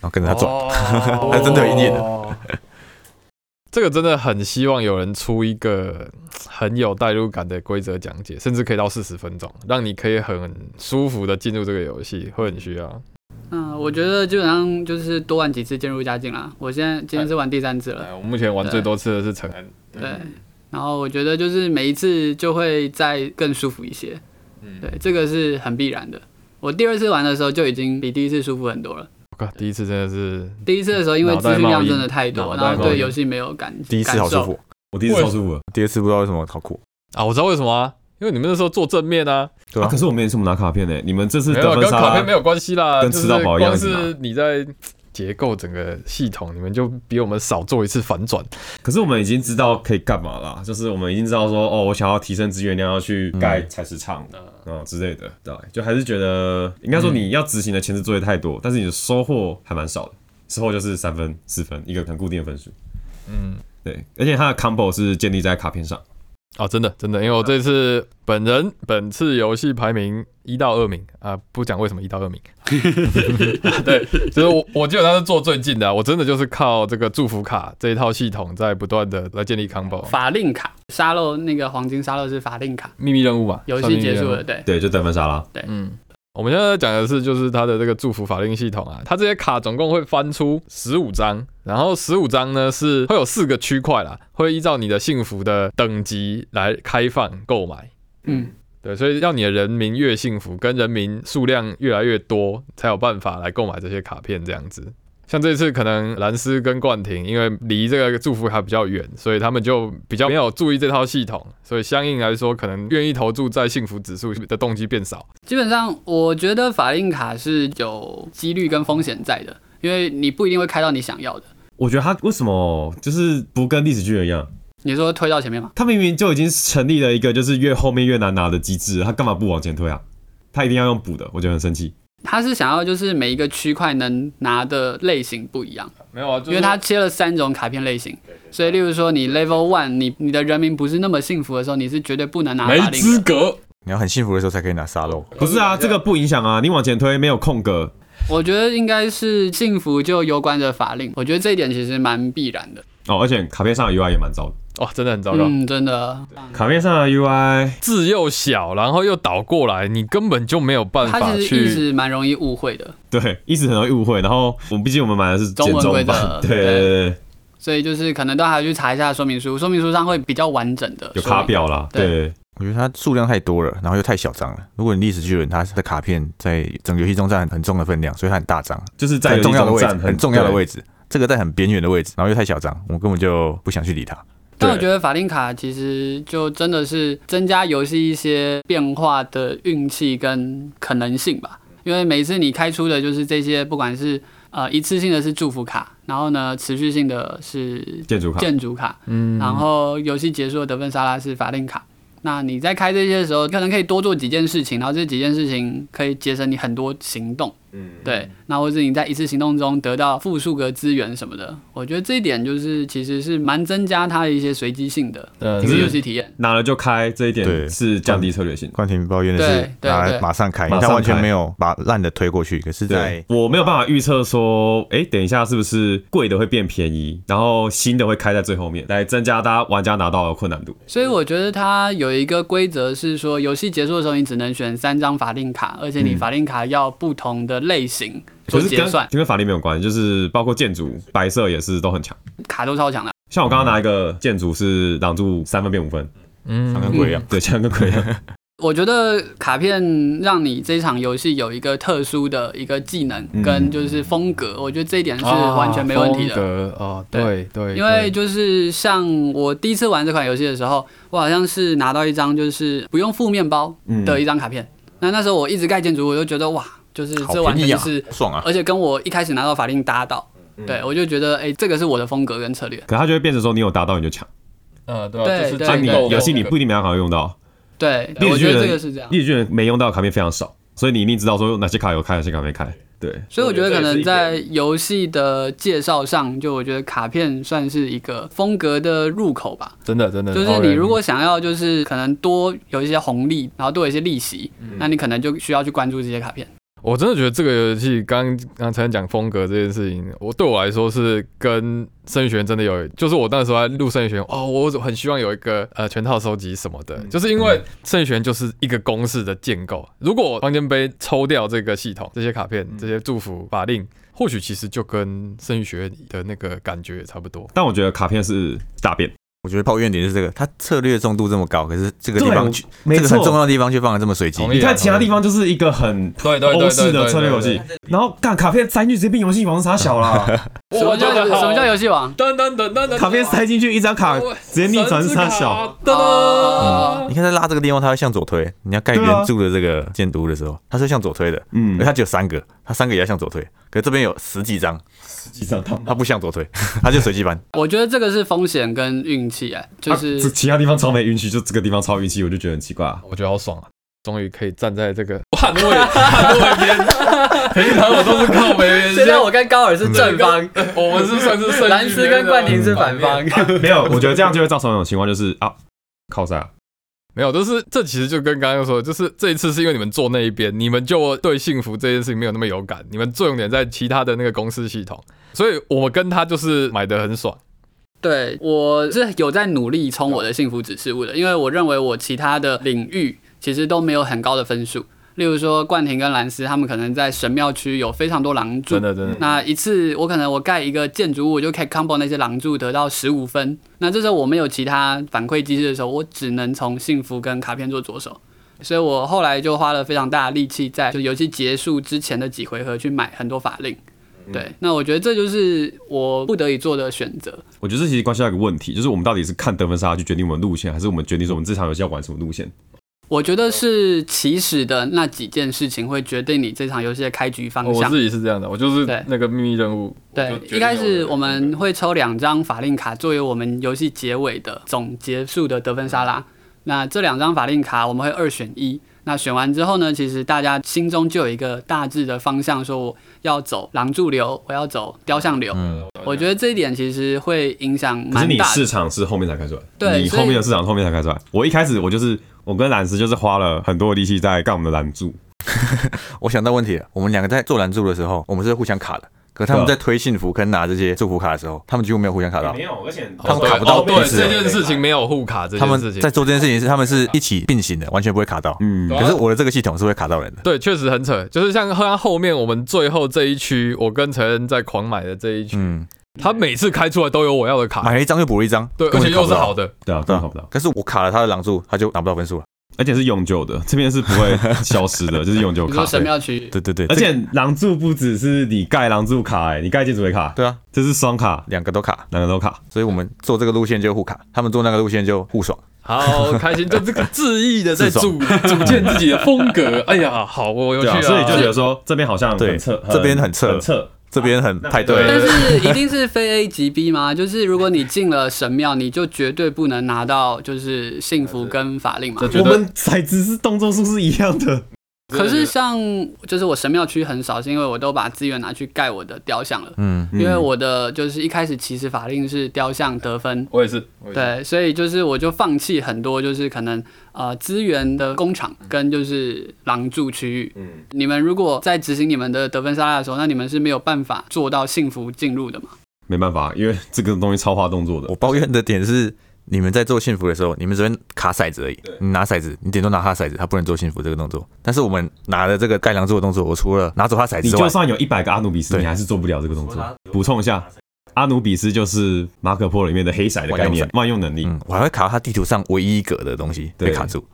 [SPEAKER 3] 然后跟着 他转。
[SPEAKER 2] 哦
[SPEAKER 3] 还真的有一点
[SPEAKER 2] 这个真的很希望有人出一个很有代入感的规则讲解，甚至可以到四十分钟，让你可以很舒服的进入这个游戏，会很需要。
[SPEAKER 4] 嗯，我觉得基本上就是多玩几次渐入佳境啦。我现在今天是玩第三次了，
[SPEAKER 2] 呃，我目前玩最多次的是陈恩，
[SPEAKER 4] 对。然后我觉得就是每一次就会再更舒服一些，对，这个是很必然的。我第二次玩的时候就已经比第一次舒服很多了。
[SPEAKER 2] 我靠，第一次真的是
[SPEAKER 4] 第一次的时候因为
[SPEAKER 2] 脑袋
[SPEAKER 4] 资讯量
[SPEAKER 2] 冒烟
[SPEAKER 4] 真的太
[SPEAKER 2] 脑
[SPEAKER 4] 多，
[SPEAKER 2] 袋
[SPEAKER 4] 然后
[SPEAKER 2] 冒
[SPEAKER 4] 对
[SPEAKER 2] 烟
[SPEAKER 4] 游戏没有感
[SPEAKER 3] 第一次好舒，
[SPEAKER 4] 感受
[SPEAKER 3] 服，
[SPEAKER 1] 我第一次超舒服了
[SPEAKER 3] 第二次不知道为什么好酷。
[SPEAKER 2] 啊，我知道为什么啊，因为你们那时候做正面啊，
[SPEAKER 3] 对
[SPEAKER 1] 啊
[SPEAKER 3] 啊
[SPEAKER 1] 可，是我们也是我们拿卡片呢，你们这次
[SPEAKER 2] 没
[SPEAKER 1] 得
[SPEAKER 2] 有啊
[SPEAKER 1] 分
[SPEAKER 2] 跟
[SPEAKER 1] 沙
[SPEAKER 2] 卡片没
[SPEAKER 1] 拉
[SPEAKER 2] 有关系啦，
[SPEAKER 1] 跟
[SPEAKER 2] 就
[SPEAKER 1] 吃到饱一样
[SPEAKER 2] 是
[SPEAKER 1] 是
[SPEAKER 2] 光
[SPEAKER 1] 吗
[SPEAKER 2] 是你在结构整个系统，你们就比我们少做一次反转。
[SPEAKER 1] 可是我们已经知道可以干嘛啦，就是我们已经知道说，哦，我想要提升资源量，要去盖采石场嗯之类的，对，就还是觉得应该说你要执行的前置作业太多，但是你的收获还蛮少的，收获就是三分、四分，一个很固定的分数。
[SPEAKER 2] 嗯，
[SPEAKER 1] 对，而且它的 combo 是建立在卡片上，
[SPEAKER 2] 哦，真的真的，因为我这次本人本次游戏排名一到二名啊、不讲为什么一到二 名，对，就是我我基本上是做最近的啊、我真的就是靠这个祝福卡这一套系统在不断的来建立 combo
[SPEAKER 4] 法令卡沙漏那个黄金沙漏是法令卡，
[SPEAKER 2] 秘密任务嘛，
[SPEAKER 4] 游
[SPEAKER 2] 算
[SPEAKER 4] 戏
[SPEAKER 2] 秘密
[SPEAKER 4] 结
[SPEAKER 2] 任
[SPEAKER 4] 束
[SPEAKER 2] 务
[SPEAKER 4] 了，对。
[SPEAKER 1] 对，就得分沙拉。
[SPEAKER 2] 嗯，我们现在讲的是，就是它的这个祝福法令系统啊，它这些卡总共会翻出十五张，然后十五张呢是会有四个区块啦，会依照你的幸福的等级来开放购买。
[SPEAKER 4] 嗯，
[SPEAKER 2] 对，所以要你的人民越幸福，跟人民数量越来越多，才有办法来购买这些卡片这样子。像这次可能兰斯跟冠廷，因为离这个祝福卡比较远，所以他们就比较没有注意这套系统，所以相应来说，可能愿意投注在幸福指数的动机变少。
[SPEAKER 4] 基本上我觉得法令卡是有几率跟风险在的，因为你不一定会开到你想要的。
[SPEAKER 1] 我觉得他为什么就是不跟历史巨人一样？
[SPEAKER 4] 你说推到前面吗？
[SPEAKER 1] 他明明就已经成立了一个就是越后面越难拿的机制，他干嘛不往前推啊？他一定要用补的，我觉得很生气。
[SPEAKER 4] 他是想要就是每一个区块能拿的类型不一样，
[SPEAKER 2] 没有啊，就
[SPEAKER 4] 因为它切了三种卡片类型，所以例如说你 Level One，你你的人民不是那么幸福的时候，你是绝对不能拿
[SPEAKER 2] 没
[SPEAKER 4] 法令
[SPEAKER 2] 资
[SPEAKER 4] 的。
[SPEAKER 2] 格。
[SPEAKER 3] 你要很幸福的时候才可以拿沙漏。
[SPEAKER 1] 不是啊，这个不影响啊，你往前推没有空格，
[SPEAKER 4] 我觉得应该是幸福就攸关着法令，我觉得这一点其实蛮必然的。
[SPEAKER 1] 哦，而且卡片上的 UI 也蛮糟的。
[SPEAKER 2] 哇，哦真的很糟糕，
[SPEAKER 4] 嗯，真的，
[SPEAKER 1] 卡片上的 UI
[SPEAKER 2] 字又小，然后又倒过来，你根本就没有办
[SPEAKER 4] 它
[SPEAKER 2] 法
[SPEAKER 4] 其实意
[SPEAKER 2] 去。
[SPEAKER 4] 思蛮容易误会的，
[SPEAKER 1] 对，一直很容易误会。然后我们毕竟我们买的是简
[SPEAKER 4] 中文规
[SPEAKER 1] 中
[SPEAKER 4] 则
[SPEAKER 1] 版， 对对对对，
[SPEAKER 4] 所以就是可能都还要去查一下说明书，说明书上会比较完整的
[SPEAKER 1] 有卡
[SPEAKER 4] 说明。
[SPEAKER 1] 表啦，
[SPEAKER 4] 对
[SPEAKER 1] 对，
[SPEAKER 3] 我觉得它数量太多了，然后又太小张了。如果你历史巨人，它的卡片在整个游戏中占很重的分量，所以它很大张，
[SPEAKER 1] 就是在
[SPEAKER 3] 在
[SPEAKER 1] 游戏
[SPEAKER 3] 重要的
[SPEAKER 1] 中
[SPEAKER 3] 位置，
[SPEAKER 1] 占
[SPEAKER 3] 很重要的
[SPEAKER 1] 置。
[SPEAKER 3] 位置。这个在很边缘的位置，然后又太小张，我根本就不想去理它。
[SPEAKER 4] 但
[SPEAKER 1] 对
[SPEAKER 4] 我觉得法令卡其实就真的是增加游戏一些变化的运气跟可能性吧，因为每次你开出的就是这些，不管是呃一次性的是祝福卡，然后呢持续性的是
[SPEAKER 1] 建筑卡，
[SPEAKER 4] 建筑卡，嗯，然后游戏结束的得分沙拉是法令卡。那你在开这些的时候，可能可以多做几件事情，然后这几件事情可以节省你很多行动，嗯，对。那或者你在一次行动中得到复数个资源什么的，我觉得这一点就是其实是蛮增加它的一些随机性的
[SPEAKER 2] 呃
[SPEAKER 4] 一个游戏体验。
[SPEAKER 1] 拿了就开，这一点
[SPEAKER 3] 对
[SPEAKER 1] 是降低策略性。
[SPEAKER 3] 冠廷抱怨的
[SPEAKER 4] 对
[SPEAKER 3] 是
[SPEAKER 4] 对
[SPEAKER 3] 拿来
[SPEAKER 4] 对
[SPEAKER 3] 马上开，
[SPEAKER 1] 马上
[SPEAKER 3] 他完全
[SPEAKER 1] 开
[SPEAKER 3] 没有把烂的推过去，可是在
[SPEAKER 1] 对，我没有办法预测说，哎、等一下是不是贵的会变便宜，然后新的会开在最后面，来增加大家玩家拿到的困难度。
[SPEAKER 4] 所以我觉得它有一个规则是说，游戏结束的时候你只能选三张法令卡，而且你法令卡要不同的类型
[SPEAKER 1] 嗯可
[SPEAKER 4] 做
[SPEAKER 1] 是
[SPEAKER 4] 结
[SPEAKER 1] 跟
[SPEAKER 4] 算，
[SPEAKER 1] 跟法力没有关系，就是包括建筑白色也是都很强。
[SPEAKER 4] 卡都超强的。
[SPEAKER 1] 像我刚刚拿一个建筑是挡住三分变五分，
[SPEAKER 2] 嗯，
[SPEAKER 3] 跟鬼一样。
[SPEAKER 1] 对，像跟鬼一样。
[SPEAKER 4] 我觉得卡片让你这场游戏有一个特殊的一个技能跟就是风格，我觉得这一点是完全没问题
[SPEAKER 2] 啊风
[SPEAKER 4] 的。
[SPEAKER 2] 格哦，对对，
[SPEAKER 4] 因为
[SPEAKER 2] 对
[SPEAKER 4] 就是像我第一次玩这款游戏的时候，我好像是拿到一张就是不用付面包的一张卡片。那那时候我一直盖建筑，我就觉得哇，就是
[SPEAKER 3] 好
[SPEAKER 4] 这完
[SPEAKER 3] 便宜
[SPEAKER 4] 全
[SPEAKER 3] 啊
[SPEAKER 4] 是，，
[SPEAKER 3] 爽啊！
[SPEAKER 4] 而且跟我一开始拿到法令搭到，对我就觉得哎、这个是我的风格跟策略。
[SPEAKER 1] 可它就会变成说，你有达到你就强，
[SPEAKER 2] 呃，对啊，
[SPEAKER 4] 对
[SPEAKER 2] 就是
[SPEAKER 4] 对
[SPEAKER 1] 但
[SPEAKER 2] 战
[SPEAKER 1] 你
[SPEAKER 2] 斗
[SPEAKER 1] 游戏你不一定每样好用到。
[SPEAKER 4] 对，
[SPEAKER 1] 历
[SPEAKER 4] 我
[SPEAKER 1] 史
[SPEAKER 4] 觉
[SPEAKER 1] 巨
[SPEAKER 4] 得
[SPEAKER 1] 人
[SPEAKER 4] 这个是这样。
[SPEAKER 1] 历史巨人没用到的卡片非常少，所以你一定知道说哪些卡有开，哪些卡没开。对，
[SPEAKER 4] 所以我觉得可能在游戏的介绍上，就我觉得卡片算是一个风格的入口吧。
[SPEAKER 2] 真的真的，
[SPEAKER 4] 就是
[SPEAKER 2] 超
[SPEAKER 4] 你
[SPEAKER 2] 人
[SPEAKER 4] 如果想要，就是可能多有一些红利，然后多有一些利息，那你可能就需要去关注这些卡片。
[SPEAKER 2] 我真的觉得这个游戏刚刚才讲风格这件事情，我对我来说是跟《圣域学院》真的有，就是我那时候在录《圣域学院》，哦，我很希望有一个呃全套收集什么的，就是因为《圣域学院》就是一个公式的建构。如果方尖碑抽掉这个系统、这些卡片、这些祝福法令，或许其实就跟《圣域学院》的那个感觉也差不多。
[SPEAKER 1] 但我觉得卡片是大便。
[SPEAKER 3] 我觉得抱怨点是这个，它策略重度这么高，可是这个地方
[SPEAKER 1] 对
[SPEAKER 3] 去，
[SPEAKER 1] 没
[SPEAKER 3] 这个很
[SPEAKER 1] 错
[SPEAKER 3] 重要的地方却放的这么随机
[SPEAKER 2] 同。意
[SPEAKER 1] 你看其他地方就是一个很
[SPEAKER 2] 对对
[SPEAKER 1] 欧式的策略游戏，，然后干卡片塞进去直接变游戏王傻小啦。
[SPEAKER 4] 什么叫什么叫游戏王？
[SPEAKER 2] 噔噔噔噔噔，哦
[SPEAKER 1] 卡片塞进去一张卡，直接逆转杀小。，啊
[SPEAKER 2] 噔噔。
[SPEAKER 4] 哦
[SPEAKER 3] 你看它拉这个地方，它要向左推。你要盖
[SPEAKER 1] 对啊
[SPEAKER 3] 原著的这个建筑物的时候，它是向左推的，
[SPEAKER 1] 嗯
[SPEAKER 3] 因为它只有三个，它三个也要向左推。可是这边有十几张，
[SPEAKER 1] 几张套，
[SPEAKER 3] 它不向左推， 它就随机搬。
[SPEAKER 4] 我觉得这个是风险跟运气，哎，就是
[SPEAKER 1] 啊这其他地方超没运气，就这个地方超运气，我就觉得很奇怪、啊。
[SPEAKER 2] 我觉得好爽啊！终于可以站在这个捍卫捍卫边，平常我都是靠北边，
[SPEAKER 4] 现在我跟高尔是正方，
[SPEAKER 2] 我们是算是胜利
[SPEAKER 4] 蓝斯跟冠廷是反方。
[SPEAKER 1] 没有，我觉得这样就会造成一种情况，就是啊，靠啥、
[SPEAKER 2] 没有，就是这其实就跟刚刚说的，就是这一次是因为你们坐那一边，你们就对幸福这件事情没有那么有感，你们重点在其他的那个公司系统，所以我跟他就是买的很爽。
[SPEAKER 4] 对，我是有在努力冲我的幸福指示物的，因为我认为我其他的领域其实都没有很高的分数。例如说冠廷跟兰斯，他们可能在神庙区有非常多狼柱，
[SPEAKER 2] 真的真的
[SPEAKER 4] 那一次我可能我盖一个建筑物，我就可以 combo 那些狼柱得到十五分。那这时候我没有其他反馈机制的时候，我只能从幸福跟卡片做着手。所以我后来就花了非常大的力气，在就游戏结束之前的几回合去买很多法令。对，那我觉得这就是我不得已做的选择。
[SPEAKER 1] 我觉得这其实关系到一个问题，就是我们到底是看得分差去决定我们路线，还是我们决定说我们这场游戏要玩什么路线？
[SPEAKER 4] 我觉得是起始的那几件事情会决定你这场游戏的开局方
[SPEAKER 2] 哦我
[SPEAKER 4] 向。
[SPEAKER 2] 自己是这样的，我就是
[SPEAKER 4] 对
[SPEAKER 2] 那个秘密任务，
[SPEAKER 4] 对
[SPEAKER 2] 就，决定
[SPEAKER 4] 一开始
[SPEAKER 2] 了
[SPEAKER 4] 我们会抽两张法令卡作为我们游戏结尾的总结束的得分沙
[SPEAKER 2] 嗯
[SPEAKER 4] 拉。那这两张法令卡我们会二选一。那选完之后呢，其实大家心中就有一个大致的方向，说我要走狼柱流，我要走雕像流。
[SPEAKER 2] 嗯
[SPEAKER 4] 我觉得这一点其实会影响
[SPEAKER 1] 可是
[SPEAKER 4] 蛮
[SPEAKER 1] 你
[SPEAKER 4] 大的
[SPEAKER 1] 市。场是后面才开出来，
[SPEAKER 4] 对
[SPEAKER 1] 你
[SPEAKER 4] 所以
[SPEAKER 1] 后面的市场是后面才开出来。我一开始我就是我跟蓝斯就是花了很多力气在干我们的蓝柱，
[SPEAKER 3] 我想到问题了，我们两个在做拦住的时候，我们是互相卡的。可是他们
[SPEAKER 1] 对
[SPEAKER 3] 在
[SPEAKER 1] 啊
[SPEAKER 3] 推幸福跟拿这些祝福卡的时候，他们几乎没有互相
[SPEAKER 2] 哎
[SPEAKER 3] 卡到。
[SPEAKER 1] 有，而且
[SPEAKER 3] 他们卡不到
[SPEAKER 2] 哦对
[SPEAKER 3] 彼此
[SPEAKER 2] 这件事情没有互卡，这
[SPEAKER 3] 他
[SPEAKER 2] 件
[SPEAKER 3] 们
[SPEAKER 2] 事情
[SPEAKER 3] 在做这件事情是他们是一起并行的，完全不会卡到。嗯，可是我的这个系统是会卡到人的。
[SPEAKER 2] 对，确实很扯。就是像他后面我们最后这一区，我跟陈恩在狂买的这一区，
[SPEAKER 3] 嗯，
[SPEAKER 2] 他每次开出来都有我要的卡，
[SPEAKER 3] 买了一张又补了一张，
[SPEAKER 2] 对，而
[SPEAKER 3] 哎根本
[SPEAKER 2] 且
[SPEAKER 3] 就卡
[SPEAKER 2] 又
[SPEAKER 3] 不
[SPEAKER 2] 是
[SPEAKER 3] 到
[SPEAKER 2] 好，的，
[SPEAKER 1] 对啊，
[SPEAKER 3] 对
[SPEAKER 1] 真
[SPEAKER 3] 啊
[SPEAKER 1] 的考不 到，
[SPEAKER 3] 可是我卡了他的狼柱，他就拿不到分数了。
[SPEAKER 1] 而且是永久的，这边是不会消失的， 就是永久
[SPEAKER 4] 比如
[SPEAKER 1] 卡
[SPEAKER 4] 说。神庙区，
[SPEAKER 3] 对对对，
[SPEAKER 1] 而
[SPEAKER 3] 这
[SPEAKER 1] 且狼柱不只是你盖狼柱卡、欸，你盖建筑也卡，
[SPEAKER 3] 对啊，
[SPEAKER 1] 这是双卡，
[SPEAKER 3] 两个都卡，
[SPEAKER 1] 两个都卡。
[SPEAKER 3] 所以我们做这个路线就互卡，他们做那个路线就互爽。
[SPEAKER 1] 啊
[SPEAKER 2] 好开心，就这个恣意的在
[SPEAKER 3] 自
[SPEAKER 2] 组组建自己的风格。哎呀，好，我有趣
[SPEAKER 1] 对啊，
[SPEAKER 2] 啊，
[SPEAKER 1] 所以就觉得说这边好像很
[SPEAKER 3] 对
[SPEAKER 1] 侧，
[SPEAKER 3] 这边很侧
[SPEAKER 1] 很侧。
[SPEAKER 3] 这边很派对，
[SPEAKER 4] 但是一定是非 A 即 B 吗？ 就是如果你进了神庙，你就绝对不能拿到就是幸福跟法令嘛。
[SPEAKER 2] 这
[SPEAKER 1] 我
[SPEAKER 2] 觉得
[SPEAKER 1] 们骰子是动作数是一样的，
[SPEAKER 4] 可是像就是我神庙区很少，是因为我都把资源拿去盖我的雕像了。
[SPEAKER 3] 嗯，
[SPEAKER 4] 因为我的就是一开始其实法令是雕像得分，
[SPEAKER 2] 我也是，我也是，
[SPEAKER 4] 对，所以就是我就放弃很多就是可能呃资源的工厂跟就是狼柱区域。嗯，你们如果在执行你们的得分沙拉的时候，那你们是没有办法做到幸福进入的嘛？
[SPEAKER 1] 没办法，因为这个东西超花动作的
[SPEAKER 3] 我。抱怨的点是，你们在做幸福的时候，你们只能卡骰子而已。你拿骰子，你顶多拿他骰子，他不能做幸福这个动作。但是我们拿了这个盖梁柱的动作，我除了拿走他骰子
[SPEAKER 1] 你
[SPEAKER 3] 之外
[SPEAKER 1] 就，算有一百个阿努比斯，
[SPEAKER 3] 对
[SPEAKER 1] 你还是做不了这个动作。补充一下，阿努比斯就是马可波罗里面的黑骰的概念，万用能力。
[SPEAKER 3] 嗯，我还会卡到他地图上唯一一格的东西
[SPEAKER 1] 对哦
[SPEAKER 3] 被卡住，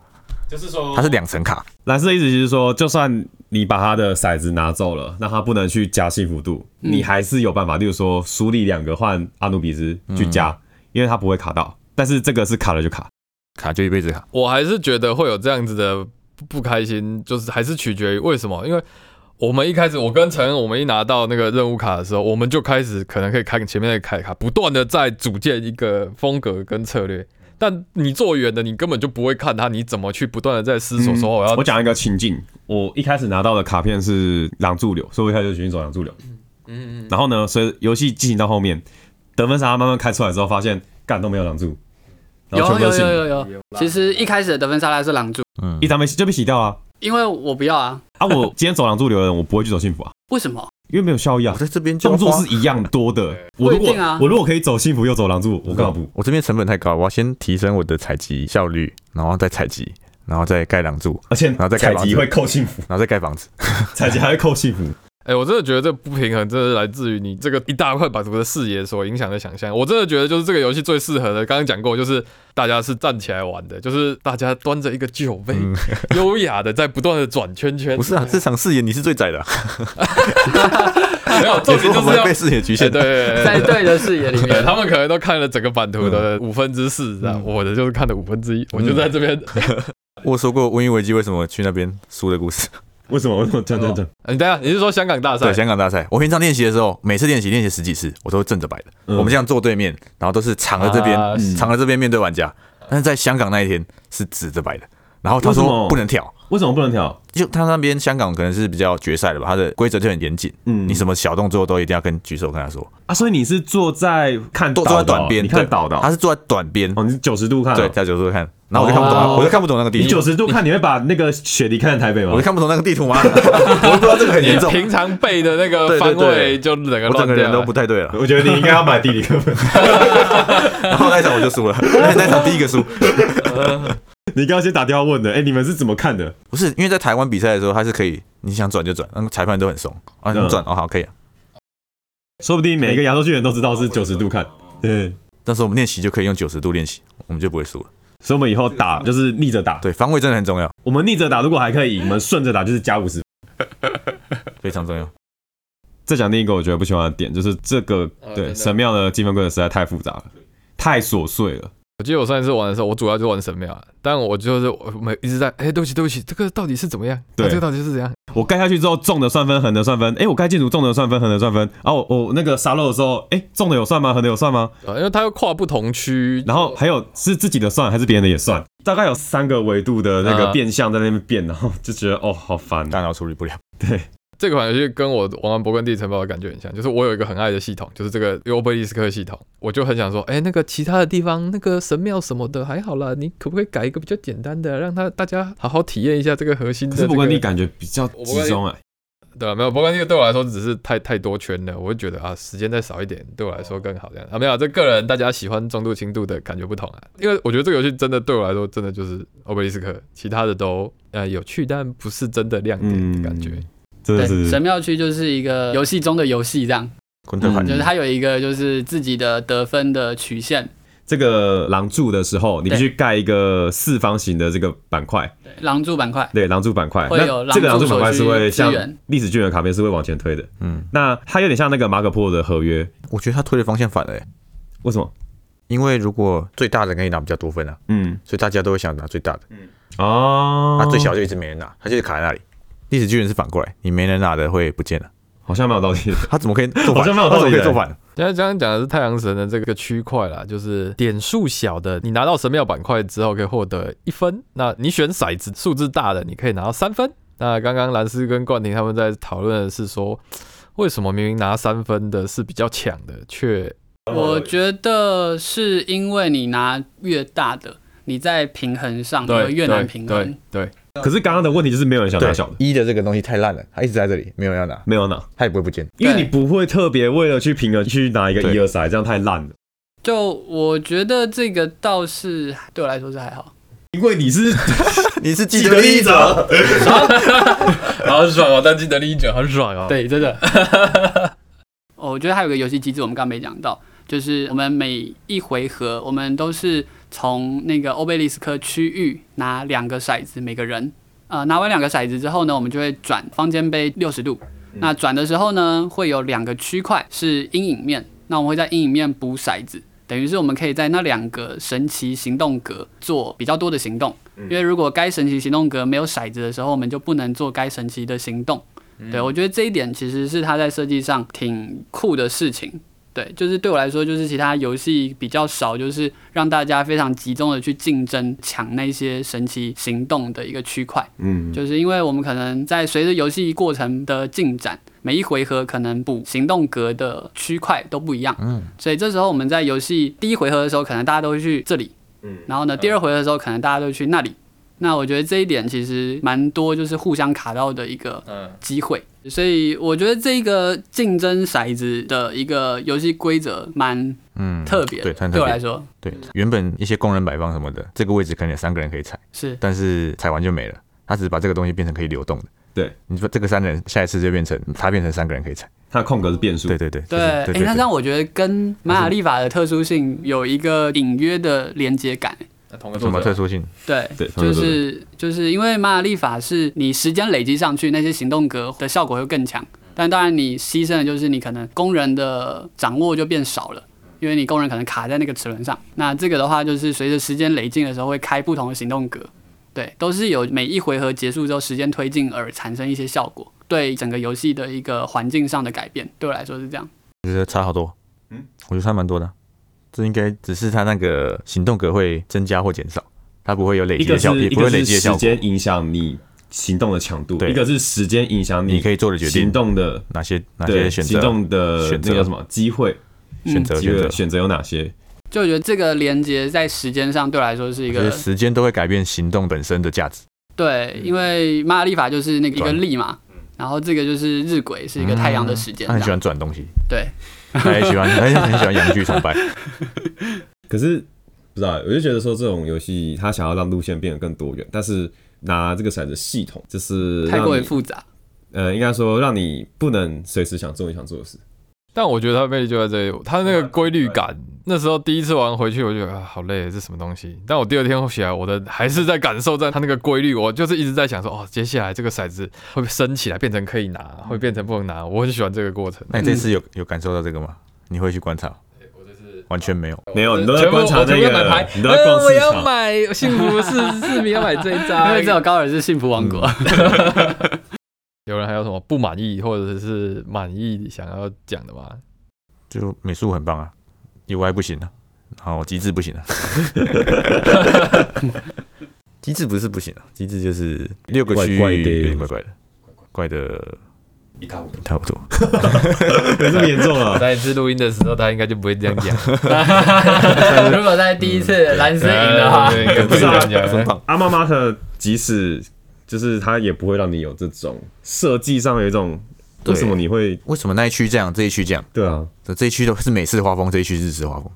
[SPEAKER 1] 就是说
[SPEAKER 3] 它是两层卡。
[SPEAKER 1] 蓝色的意思就是说，就算你把他的骰子拿走了，那他不能去加幸福度，你还是有办法。例如说，苏利两个换阿努比斯去加，
[SPEAKER 3] 嗯
[SPEAKER 1] 因为他不会卡到。但是这个是卡了就卡，
[SPEAKER 3] 卡就一辈子卡，
[SPEAKER 2] 我还是觉得会有这样子的不不开心，就是还是取决于为什么，因为。我们一开始，我跟陈恩，我们一拿到那个任务卡的时候，我们就开始可能可以看前面的开卡，不断的在组建一个风格跟策略。但你做远的，你根本就不会看它，你怎么去不断的在
[SPEAKER 1] 嗯
[SPEAKER 2] 思索说哦我要
[SPEAKER 1] 我讲一个情境，我一开始拿到的卡片是狼柱流，所以我一开始就决定走狼柱流。嗯然后呢，所以游戏进行到后面，得分差慢慢开出来之后，发现干都没有狼柱，然后全
[SPEAKER 4] 有
[SPEAKER 1] 部都
[SPEAKER 4] 有
[SPEAKER 1] 是
[SPEAKER 4] 有有有，其实一开始的得分沙拉是狼柱，
[SPEAKER 3] 嗯
[SPEAKER 1] 一张被就被洗掉了啊。
[SPEAKER 4] 因为我不要啊，
[SPEAKER 1] 啊， 我今天走狼柱流的人，我不会去走幸福啊，
[SPEAKER 4] 为什么？
[SPEAKER 1] 因为没有效益啊
[SPEAKER 3] 我。在这边就要
[SPEAKER 1] 动作
[SPEAKER 3] 花
[SPEAKER 1] 是一样多的。我如
[SPEAKER 4] 不一
[SPEAKER 1] 果
[SPEAKER 4] 定啊
[SPEAKER 1] 我如果可以走幸福又走狼柱，我干嘛不？
[SPEAKER 3] 嗯我这边成本太高，我要先提升我的采集效率，然后再采集，然后再盖梁柱，
[SPEAKER 1] 而且
[SPEAKER 3] 然后再
[SPEAKER 1] 采
[SPEAKER 3] 盖房
[SPEAKER 1] 集
[SPEAKER 3] 子
[SPEAKER 1] 会扣幸福，
[SPEAKER 3] 然后再盖房子。
[SPEAKER 1] 采集还会扣幸 福。
[SPEAKER 2] 哎、我真的觉得这不平衡，真的来自于你这个一大块版图的视野所影响的想象。我真的觉得就是这个游戏最适合的，刚刚讲过，就是大家是站起来玩的，就是大家端着一个酒杯， 优、雅的在不断的转圈圈
[SPEAKER 3] 嗯不。是啊，这场视野你是最窄的啊，
[SPEAKER 2] 没有，重点就
[SPEAKER 3] 我
[SPEAKER 2] 是
[SPEAKER 3] 们
[SPEAKER 2] 要
[SPEAKER 3] 被视野局
[SPEAKER 2] 哎
[SPEAKER 3] 限。
[SPEAKER 2] 对对对
[SPEAKER 4] 在对的视野里
[SPEAKER 2] 对
[SPEAKER 4] 面，
[SPEAKER 2] 他们可能都看了整个版图
[SPEAKER 3] 嗯
[SPEAKER 2] 的五分之四，这样、我的就是看了五分之一，我就在这边。
[SPEAKER 3] 我有说过瘟疫危机为什么去那边输的故事。
[SPEAKER 1] 为什么？为什么这样这样这
[SPEAKER 4] 哦
[SPEAKER 1] 样？
[SPEAKER 2] 你等一下，你是说香港大赛
[SPEAKER 3] 对，？香港大赛，我平常练习的时候，每次练习练习十几次，我都是正着摆的。
[SPEAKER 1] 嗯
[SPEAKER 3] 我们这样坐对面，然后都是藏在这边
[SPEAKER 2] 啊，
[SPEAKER 3] 嗯藏在这边面对玩家。但是在香港那一天是直着摆的，然后他
[SPEAKER 1] 为什么
[SPEAKER 3] 说不能跳，
[SPEAKER 1] 为什么不能调？
[SPEAKER 3] 就他那边香港可能是比较决赛的吧，他的规则就很严谨，
[SPEAKER 1] 嗯
[SPEAKER 3] 你什么小动作都一定要跟举手跟他说。
[SPEAKER 1] 啊，所以你是坐在看
[SPEAKER 3] 坐
[SPEAKER 1] 倒
[SPEAKER 3] 坐在
[SPEAKER 1] 的哦
[SPEAKER 3] 短边，
[SPEAKER 1] 你看
[SPEAKER 3] 对
[SPEAKER 1] 倒的哦，
[SPEAKER 3] 他是坐在短边，
[SPEAKER 1] 哦，你是九十度看哦，
[SPEAKER 3] 对，在九十度看，然后我就看不懂啊，
[SPEAKER 2] 哦
[SPEAKER 3] 我就看不懂那个地
[SPEAKER 1] 你
[SPEAKER 3] 图
[SPEAKER 1] 九，十度看，你会把那个雪梨看成台北吗
[SPEAKER 3] 我就？看不懂那个地 图嘛，我就不知道这个很严重，
[SPEAKER 2] 平常背的那个
[SPEAKER 3] 对对
[SPEAKER 2] 方位
[SPEAKER 3] 对
[SPEAKER 2] 就整个
[SPEAKER 3] 我整
[SPEAKER 2] 乱
[SPEAKER 3] 个人
[SPEAKER 2] 掉啊
[SPEAKER 3] 都
[SPEAKER 2] 了
[SPEAKER 3] 不。太对了。
[SPEAKER 1] 我觉得你应该要买地理课本。
[SPEAKER 3] 然后那一场我就输了，那那一场第一个输，
[SPEAKER 2] 嗯
[SPEAKER 1] 你刚刚先打电话问的，哎、你们是怎么看的？
[SPEAKER 3] 不是因为在台湾比赛的时候，他是可以你想转就转，嗯，裁判都很松啊，你
[SPEAKER 1] 嗯
[SPEAKER 3] 转哦好可以啊。
[SPEAKER 1] 说不定每一个亚洲巨人都知道是九十度看，嗯，
[SPEAKER 3] 但是我们练习就可以用九十度练习，我们就不会输了。
[SPEAKER 1] 所以我们以后打就是逆着打，
[SPEAKER 3] 对，方位真的很重要，
[SPEAKER 1] 我们逆着打如果还可以赢，我们顺着打就是加五十。
[SPEAKER 3] 非常重要。
[SPEAKER 1] 再讲另一个我觉得不喜欢的点，就是这个
[SPEAKER 2] 哦真
[SPEAKER 1] 对
[SPEAKER 2] 的
[SPEAKER 1] 神庙的积分规则实在太复杂了，太琐碎了。
[SPEAKER 2] 我记得我上一次玩的时候，我主要就是玩神庙，但我就是我每一直在，哎、对不起，对不起，这个到底是怎么样？啊
[SPEAKER 1] 对
[SPEAKER 2] 这个到底是怎样？
[SPEAKER 1] 我盖下去之后中的算分，横的算分，哎、我盖建筑中的算分，横的算分。啊，我我那个沙漏的时候，哎、中的有算吗？横的有算吗？
[SPEAKER 2] 啊因为它要跨不同区，
[SPEAKER 1] 然后还有是自己的算还是别人的也算，大概有三个维度的那个
[SPEAKER 2] 嗯
[SPEAKER 1] 变相在那边变，然后就觉得哦好烦。
[SPEAKER 3] 大脑处理不了，
[SPEAKER 2] 这款游戏跟我玩完勃艮第城堡的感觉很像，就是我有一个很爱的系统，就是这个尤伯利斯克系统，我就很想说，哎、那个其他的地方，那个神庙什么的还好啦，你可不可以改一个比较简单的，让他大家好好体验一下这个核心的、
[SPEAKER 1] 可
[SPEAKER 2] 这
[SPEAKER 1] 是
[SPEAKER 2] 个
[SPEAKER 1] 不过你感觉比较集中哎、
[SPEAKER 2] 对啊，没有勃艮第对我来说只是太太多圈了，我就觉得啊，时间再少一点对我来说更好这样啊。没有啊，这个人大家喜欢中度轻度的感觉不同啊，因为我觉得这个游戏真的对我来说真的就是欧贝利斯克，其他的都呃有趣，但不是真的亮点的感觉。
[SPEAKER 1] 嗯真的
[SPEAKER 4] 对，神
[SPEAKER 1] 是
[SPEAKER 4] 庙区就是一个游戏中的游戏，这样，
[SPEAKER 3] 昆特环
[SPEAKER 1] 嗯
[SPEAKER 4] 就是它有一个就是自己的得分的曲线，
[SPEAKER 1] 这个狼柱的时候，你必须盖一个四方形的这个板块，
[SPEAKER 4] 狼柱板块。
[SPEAKER 1] 对，狼柱板块。
[SPEAKER 4] 会有
[SPEAKER 1] 那这个狼
[SPEAKER 4] 狼
[SPEAKER 1] 柱
[SPEAKER 4] 柱
[SPEAKER 1] 板块是会
[SPEAKER 4] 所需
[SPEAKER 1] 像
[SPEAKER 4] 资源
[SPEAKER 1] 历史巨人的卡片是会往前推的，
[SPEAKER 3] 嗯，
[SPEAKER 1] 那它有点像那个马可波罗的合约，
[SPEAKER 3] 我觉得他推的方向反了、欸，
[SPEAKER 1] 为什么？
[SPEAKER 3] 因为如果最大的可以拿比较多分啊，
[SPEAKER 1] 嗯，
[SPEAKER 3] 所以大家都会想拿最大的，
[SPEAKER 1] 哦，
[SPEAKER 3] 那、啊最小就一直没人拿，他就是卡在那里。历史巨人是反过来，你没人拿的会不见了，
[SPEAKER 1] 好像蛮有道理的。
[SPEAKER 3] 他怎么可以做
[SPEAKER 1] 好
[SPEAKER 3] 反？
[SPEAKER 1] 像蛮有
[SPEAKER 3] 他
[SPEAKER 1] 道
[SPEAKER 3] 怎么
[SPEAKER 1] 理欸
[SPEAKER 3] 可
[SPEAKER 1] 的
[SPEAKER 3] 以做反？
[SPEAKER 2] 现在刚刚讲的是太阳神的这个区块啦，就是点数小的，你拿到神庙板块之后可以获得一分。那你选骰子数字大的，你可以拿到三分。那刚刚蓝斯跟冠廷他们在讨论的是说，为什么明明拿三分的是比较强的，却
[SPEAKER 4] 我觉得是因为你拿越大的，你在平衡上你会越难平衡。
[SPEAKER 2] 对，对
[SPEAKER 1] 可是刚刚的问题就是没有人想拿小的，
[SPEAKER 3] 一的这个东西太烂了，他一直在这里，没有人要拿，
[SPEAKER 1] 没有拿，
[SPEAKER 3] 他也不会不见。
[SPEAKER 1] 因为
[SPEAKER 4] 对
[SPEAKER 1] 你不会特别为了去平衡去拿一个
[SPEAKER 3] 对
[SPEAKER 1] 一二三，这样太烂了。
[SPEAKER 4] 就我觉得这个倒是对我来说是还好。
[SPEAKER 1] 因为你是
[SPEAKER 3] 你是
[SPEAKER 1] 既得利益者，
[SPEAKER 2] 好爽哦！但记得利益者好爽哦。，
[SPEAKER 4] 对，真的。 哦，我觉得还有个游戏机制，我们刚刚没讲到，就是我们每一回合，我们都是从那个欧贝利斯科区域拿两个骰子，每个人。呃，拿完两个骰子之后呢，我们就会转方尖碑六十度。那转的时候呢，会有两个区块是阴影面，那我们会在阴影面补骰子，等于是我们可以在那两个神奇行动格做比较多的行动。因为如果该神奇行动格没有骰子的时候，我们就不能做该神奇的行动。对，我觉得这一点其实是它在设计上挺酷的事情。对，就是对我来说，就是其他游戏比较少，就是让大家非常集中的去竞争抢那些神奇行动的一个区块。
[SPEAKER 1] 嗯，
[SPEAKER 4] 就是因为我们可能在随着游戏过程的进展，每一回合可能补行动格的区块都不一样，嗯，所以这时候我们在游戏第一回合的时候，可能大家都会去这里，嗯，然后呢，第二回合的时候，可能大家都去那里。那我觉得这一点其实蛮多，就是互相卡到的一个机会，所以我觉得这个竞争骰子的一个游戏规则蛮
[SPEAKER 3] 嗯，
[SPEAKER 4] 特别的，
[SPEAKER 3] 对它很特别
[SPEAKER 4] 对我来说
[SPEAKER 3] 对，原本一些工人摆放什么的，这个位置可能有三个人可以踩，
[SPEAKER 4] 是
[SPEAKER 3] 但是踩完就没了，他只是把这个东西变成可以流动的。
[SPEAKER 1] 对，
[SPEAKER 3] 你说这个三人下一次就变成他变成三个人可以踩。
[SPEAKER 1] 它的空格是变数
[SPEAKER 3] 对。对对，
[SPEAKER 4] 对，
[SPEAKER 3] 哎
[SPEAKER 4] 哎、那这样我觉得跟玛雅历法的特殊性有一个隐约的连接感，
[SPEAKER 2] 同个
[SPEAKER 3] 什么特
[SPEAKER 1] 嗯
[SPEAKER 3] 殊性？
[SPEAKER 4] 对，
[SPEAKER 1] 对差不多
[SPEAKER 4] 就是就是因为玛雅历法是你时间累积上去，那些行动格的效果会更强。但当然，你牺牲的就是你可能工人的掌握就变少了，因为你工人可能卡在那个齿轮上。那这个的话，就是随着时间累进的时候，会开不同的行动格，对，都是有每一回合结束之后时间推进而产生一些效果，对整个游戏的一个环境上的改变，对我来说是这样。
[SPEAKER 3] 我觉得差好多。
[SPEAKER 1] 嗯
[SPEAKER 3] 嗯，我觉得差蛮多的啊。这应该只是他那个行动格会增加或减少，它不会有累
[SPEAKER 1] 一
[SPEAKER 3] 积
[SPEAKER 1] 个
[SPEAKER 3] 的效，
[SPEAKER 1] 是
[SPEAKER 3] 也
[SPEAKER 1] 一
[SPEAKER 3] 不会
[SPEAKER 1] 个
[SPEAKER 3] 累
[SPEAKER 1] 是
[SPEAKER 3] 积的
[SPEAKER 1] 时
[SPEAKER 3] 效果。
[SPEAKER 1] 间影响你行动的强度，
[SPEAKER 3] 对
[SPEAKER 1] 一个是时间影响
[SPEAKER 3] 你可以做的决定
[SPEAKER 1] 行动的
[SPEAKER 3] 哪些哪
[SPEAKER 1] 对
[SPEAKER 3] 些选择？
[SPEAKER 1] 行动的
[SPEAKER 3] 选择
[SPEAKER 1] 那个叫什么机会，
[SPEAKER 3] 选择
[SPEAKER 1] 机
[SPEAKER 3] 选
[SPEAKER 1] 会
[SPEAKER 3] 择
[SPEAKER 1] 选择有哪些？
[SPEAKER 4] 就觉得这个连接在时间上对我来说是一
[SPEAKER 3] 可
[SPEAKER 4] 个
[SPEAKER 3] 是时间都会改变行动本身的价值。
[SPEAKER 4] 对，因为玛雅历法就是那个一
[SPEAKER 3] 嗯
[SPEAKER 4] 个
[SPEAKER 3] 转嗯
[SPEAKER 4] 历嘛，然后这个就是日晷是一个太阳的时间
[SPEAKER 3] 他很
[SPEAKER 4] 这
[SPEAKER 3] 喜
[SPEAKER 4] 样，
[SPEAKER 3] 欢转东西，
[SPEAKER 4] 对，
[SPEAKER 3] 他也喜欢，他也很喜欢洋剧崇 拜。
[SPEAKER 1] 可是不知道欸，我就觉得说这种游戏它想要让路线变得更多元，但是拿这个骰子系统就是
[SPEAKER 4] 太过于
[SPEAKER 1] 让你
[SPEAKER 4] 复杂。
[SPEAKER 1] 呃，应该说让你不能随时想做你想做的事。
[SPEAKER 2] 但我觉得它的魅力就在这里，它那
[SPEAKER 1] 啊
[SPEAKER 2] 个规律感。那时候第一次玩回去，我就觉得啊，好累，这什么东西？但我第二天起来，我的还是在感受在它那个规律，我就是一直在想说，哦，接下来这个骰子会不会升起来，变成可以拿，
[SPEAKER 1] 嗯
[SPEAKER 2] 会变成不能拿。我很喜欢这个过程。
[SPEAKER 3] 那你这次有有感受到这个吗？你会去观察？完全没有，
[SPEAKER 1] 哦没有，你都在
[SPEAKER 2] 全部
[SPEAKER 1] 观察
[SPEAKER 2] 我全
[SPEAKER 1] 那
[SPEAKER 2] 部要买
[SPEAKER 1] 个
[SPEAKER 2] 牌，，
[SPEAKER 1] 你 都在逛
[SPEAKER 2] 呃我
[SPEAKER 1] 市
[SPEAKER 2] 要
[SPEAKER 1] 场。
[SPEAKER 2] 买幸福是是你要买这一张，
[SPEAKER 4] 因为只有高尔是幸福王国，
[SPEAKER 2] 有人还有什么不满意或者是满意想要讲的吗？
[SPEAKER 3] 就美术很棒啊，UI 不行啊，然后机制不行啊。 机制不是不行啊，机制就是六个区域
[SPEAKER 1] 怪怪的
[SPEAKER 3] 有点怪怪的，怪的一塌糊涂。
[SPEAKER 1] 没这么严重啊！
[SPEAKER 2] 在一次录音的时候，他应该就不会这样 讲。
[SPEAKER 3] 嗯
[SPEAKER 4] 如果在第一次蓝斯赢的话，
[SPEAKER 2] 对，应该不
[SPEAKER 1] 不
[SPEAKER 2] 会
[SPEAKER 1] 是
[SPEAKER 2] 这
[SPEAKER 1] 啊
[SPEAKER 2] 样讲。
[SPEAKER 1] 阿妈妈特即使就是它也不会让你有这种设计上有一种为
[SPEAKER 3] 对
[SPEAKER 1] 什么你会
[SPEAKER 3] 为什么那一区这样，这一区这样？
[SPEAKER 1] 对啊？
[SPEAKER 3] 这一区都是美式画风，这一区日式画风。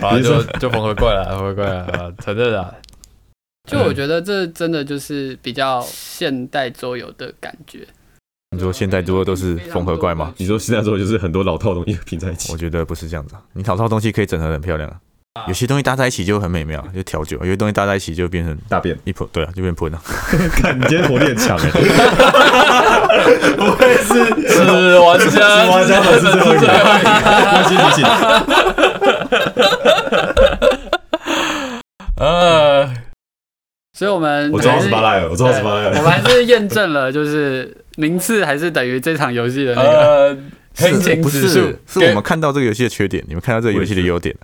[SPEAKER 2] 好，啊就就缝合怪了，缝合怪了，啊承认啊。
[SPEAKER 4] 就我觉得这真的就是比较现代桌游的感觉。嗯
[SPEAKER 3] 你说现代多都是缝合怪吗？
[SPEAKER 1] 你说现在做的就是很多老套的东西拼在一起
[SPEAKER 3] 我，觉得不是这样子、啊，你讨套东西可以整合得很漂亮啊。有些东西搭在一起就很美妙，就调酒；有些东西搭在一起就变成
[SPEAKER 1] 大便。
[SPEAKER 3] 一泼，对啊，就变泼 了。
[SPEAKER 1] 看 你今天活力很强哎、欸， 不愧是
[SPEAKER 2] 是玩
[SPEAKER 1] 是玩家还是最后一名？关心提醒，
[SPEAKER 2] 呃，
[SPEAKER 4] 所以我们
[SPEAKER 1] 我
[SPEAKER 4] 还是
[SPEAKER 1] 抽到十八赖了，我抽到十八赖
[SPEAKER 4] 对我
[SPEAKER 1] 了。
[SPEAKER 4] 们还是验证了，就是名次还是等于这场游戏的那个
[SPEAKER 2] 呃，
[SPEAKER 4] 心
[SPEAKER 3] 是
[SPEAKER 4] 情
[SPEAKER 3] 不是
[SPEAKER 4] 指数。
[SPEAKER 3] 是我们看到这个游戏的缺点，你们看到这个游戏的优点。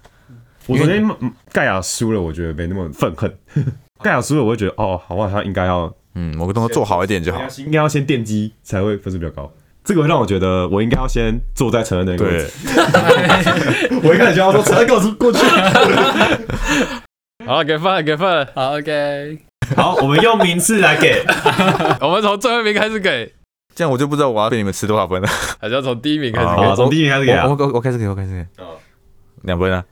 [SPEAKER 1] 我昨天嗯盖亚输了，我觉得没那么愤恨。 盖亚输了，我会觉得哦，好，我好像应该要
[SPEAKER 3] 嗯，某个动作做好一点就好。
[SPEAKER 1] 应该要先奠基才会分数比较高。这个会让我觉得我应该要先坐在承认的那个位
[SPEAKER 3] 对
[SPEAKER 1] 置。，我一开始就要说承认给我出过去。
[SPEAKER 2] 好，给分了，给分了。
[SPEAKER 4] 好，OK，
[SPEAKER 1] 好，我们用名次来给，
[SPEAKER 2] 我们从最后一名开始给，
[SPEAKER 3] 这样我就不知道我要被你们吃多少分 了。
[SPEAKER 2] 还是要从第一名开始
[SPEAKER 1] 好，
[SPEAKER 2] 给？
[SPEAKER 1] 从第一名开始给啊
[SPEAKER 3] 我。我我开始给我开始给
[SPEAKER 1] 好，
[SPEAKER 3] 两分啊。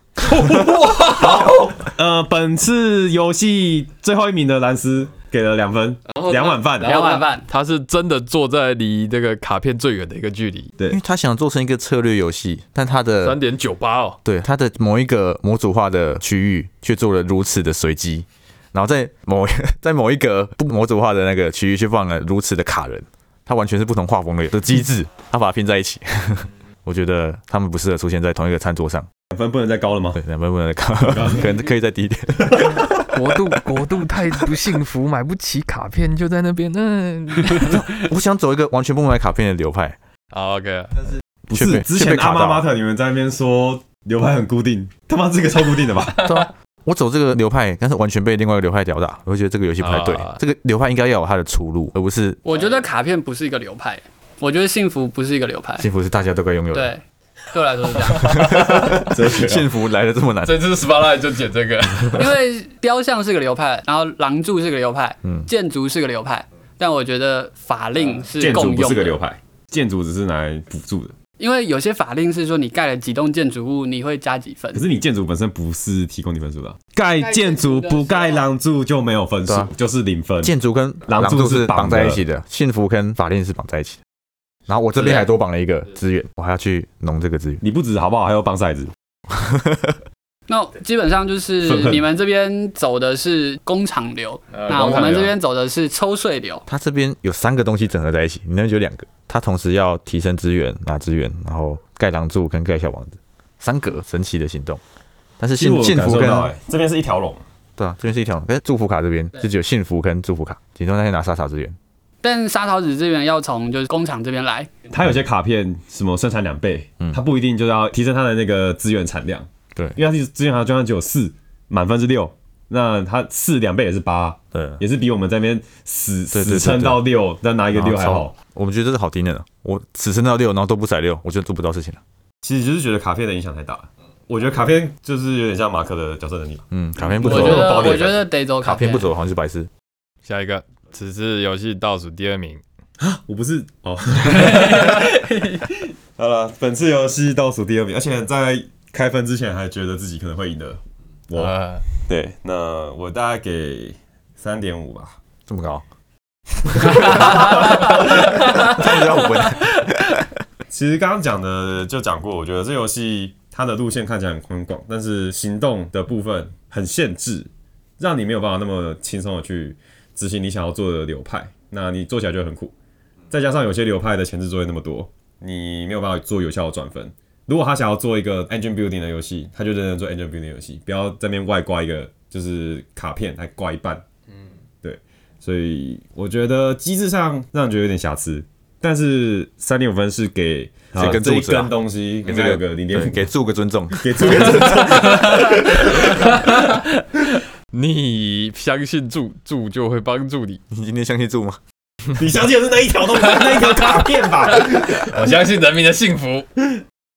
[SPEAKER 1] 呃，本次游戏最后一名的兰斯给了两分，
[SPEAKER 3] 哦
[SPEAKER 1] 两碗饭，
[SPEAKER 2] 然后
[SPEAKER 4] 两碗饭。
[SPEAKER 2] 他是真的坐在离这个卡片最远的一个距离，
[SPEAKER 1] 对
[SPEAKER 3] 因为他想做成一个策略游戏，但他
[SPEAKER 2] 三
[SPEAKER 3] 的
[SPEAKER 2] 点九八哦。
[SPEAKER 3] 对他的某一个模组化的区域却做了如此的随机，然后在某在某一 个不模组化的那个区域却放了如此的卡人，他完全是不同画风的的机制，他把它拼在一起。 我觉得他们不适合出现在同一个餐桌上。
[SPEAKER 1] 两分不能再高了吗？
[SPEAKER 3] 对，两分不能再 看，可能可以再低一点。
[SPEAKER 2] 国度国度太不幸福，买不起卡片就在那边。嗯，
[SPEAKER 3] 我想走一个完全不买卡片的流派，
[SPEAKER 2] 好，OK，
[SPEAKER 1] 不
[SPEAKER 3] 却
[SPEAKER 1] 是
[SPEAKER 3] 被
[SPEAKER 1] 之
[SPEAKER 3] 却
[SPEAKER 1] 前
[SPEAKER 3] 被
[SPEAKER 1] 阿
[SPEAKER 3] 卡
[SPEAKER 1] 妈
[SPEAKER 3] 到
[SPEAKER 1] 马特你们在那边说流派很固定，他妈这个超固定的吧？
[SPEAKER 3] 对啊，我走这个流派，但是完全被另外一个流派吊打，我会觉得这个游戏不太对。
[SPEAKER 2] 啊
[SPEAKER 3] 这个流派应该要有它的出路，而不是
[SPEAKER 4] 我觉得卡片不是一个流派，我觉得幸福不是一个流
[SPEAKER 1] 哎
[SPEAKER 4] 派。
[SPEAKER 3] 幸福是大家都该拥有的。
[SPEAKER 4] 对，对我来说是这样，
[SPEAKER 1] 哲学啊
[SPEAKER 3] 幸福来的这么难，
[SPEAKER 2] 这次 s p a l i g h 就捡这个。
[SPEAKER 4] 因为雕像是个流派，然后廊柱是个流派，
[SPEAKER 3] 嗯
[SPEAKER 4] 建筑是个流派，但我觉得法令是
[SPEAKER 1] 呃建筑
[SPEAKER 4] 共
[SPEAKER 1] 不
[SPEAKER 4] 用
[SPEAKER 1] 是个
[SPEAKER 4] 的。
[SPEAKER 1] 流派，建筑只是拿来辅助的。
[SPEAKER 4] 因为有些法令是说你盖了几栋建筑物，你会加几分
[SPEAKER 1] 可。是你建筑本身不是提供你分数的啊，盖建筑
[SPEAKER 4] 建筑的时候
[SPEAKER 1] 不盖廊柱就没有分数
[SPEAKER 3] 对啊，
[SPEAKER 1] 就是零分。
[SPEAKER 3] 建筑跟
[SPEAKER 1] 狼
[SPEAKER 3] 狼
[SPEAKER 1] 柱
[SPEAKER 3] 柱
[SPEAKER 1] 是
[SPEAKER 3] 是绑
[SPEAKER 1] 绑的
[SPEAKER 3] 在一起的，幸福跟法令是绑在一起的。然后我这边还多绑了一个资源，我还要去弄这个 资源。
[SPEAKER 1] 你不止好不好，还有绑骰子。
[SPEAKER 4] 那基本上就是
[SPEAKER 1] 愤恨呃
[SPEAKER 4] 你们这边走的是工厂流，那我们这边走的是抽税流。
[SPEAKER 3] 它这边有三个东西整合在一起，你那边就两个。它同时要提升资源、拿资源，然后盖狼柱跟盖小王子，三个神奇的行动。但是
[SPEAKER 1] 其实
[SPEAKER 3] 幸
[SPEAKER 1] 我
[SPEAKER 3] 幸
[SPEAKER 1] 感
[SPEAKER 3] 福
[SPEAKER 1] 受
[SPEAKER 3] 跟
[SPEAKER 1] 到，哎，这边是一条龙，
[SPEAKER 3] 对啊，这边是一条，但是祝福卡这边就只有幸福跟祝福卡，其中那些拿莎莎资源，
[SPEAKER 4] 但沙桃子这边要从就是工厂这边来，
[SPEAKER 1] 它有些卡片什么生产两倍，它不一定就要提升它的那个资源产量。
[SPEAKER 3] 对
[SPEAKER 1] 因为它其实资源产量就算只有四，满分是六，那它四两倍也是八，
[SPEAKER 3] 对，
[SPEAKER 1] 也是比我们在那边死
[SPEAKER 3] 对对
[SPEAKER 1] 死
[SPEAKER 3] 对
[SPEAKER 1] 撑到六，再拿一个六还好。。
[SPEAKER 3] 我们觉得这是好听的呢，我只升到六，然后都不甩六，我觉得做不到事情了。
[SPEAKER 1] 其实就是觉得卡片的影响太大了。我觉得卡片就是有点像马克的角色能力吧。
[SPEAKER 3] 嗯，卡片不
[SPEAKER 4] 我
[SPEAKER 3] 走
[SPEAKER 1] 错
[SPEAKER 4] 觉，得
[SPEAKER 1] 保底
[SPEAKER 4] 我觉得得走
[SPEAKER 3] 卡片
[SPEAKER 4] 片
[SPEAKER 3] 不，走好像是白痴。
[SPEAKER 2] 下一个，此次游戏倒数第二名，
[SPEAKER 1] 我不是哦。 好了，本次游戏倒数第二名，而且在开分之前还觉得自己可能会赢的。我、
[SPEAKER 2] 呃，
[SPEAKER 1] 对，那我大概给三点五吧。
[SPEAKER 3] 这么 高，啊这样比较稳。
[SPEAKER 1] 其实刚刚讲的就讲过，我觉得这游戏它的路线看起来很宽广，但是行动的部分很限制，让你没有办法那么轻松的去执行你想要做的流派，那你做起来就会很苦。再加上有些流派的前置作业那么多，你没有办法做有效的转分。如果他想要做一个 engine building 的游戏，他就认真做 engine building 的游戏，不要在那边外挂一个就是卡片还挂一半。嗯，对，所以我觉得机制上让人觉得有点瑕疵，但是三点五分是给
[SPEAKER 3] 这根
[SPEAKER 1] 啊这一
[SPEAKER 3] 柱子啊
[SPEAKER 1] 根东西
[SPEAKER 3] 给
[SPEAKER 1] 应该有
[SPEAKER 3] 这
[SPEAKER 1] 个
[SPEAKER 3] 个
[SPEAKER 1] 零点
[SPEAKER 3] 对
[SPEAKER 1] 五，
[SPEAKER 3] 给住个尊重。
[SPEAKER 1] 给这个
[SPEAKER 2] 你相信助助就会帮助你，
[SPEAKER 3] 你今天相信住吗？
[SPEAKER 1] 你相信的是那一条东西那一条卡片吧？
[SPEAKER 2] 我相信人民的幸福。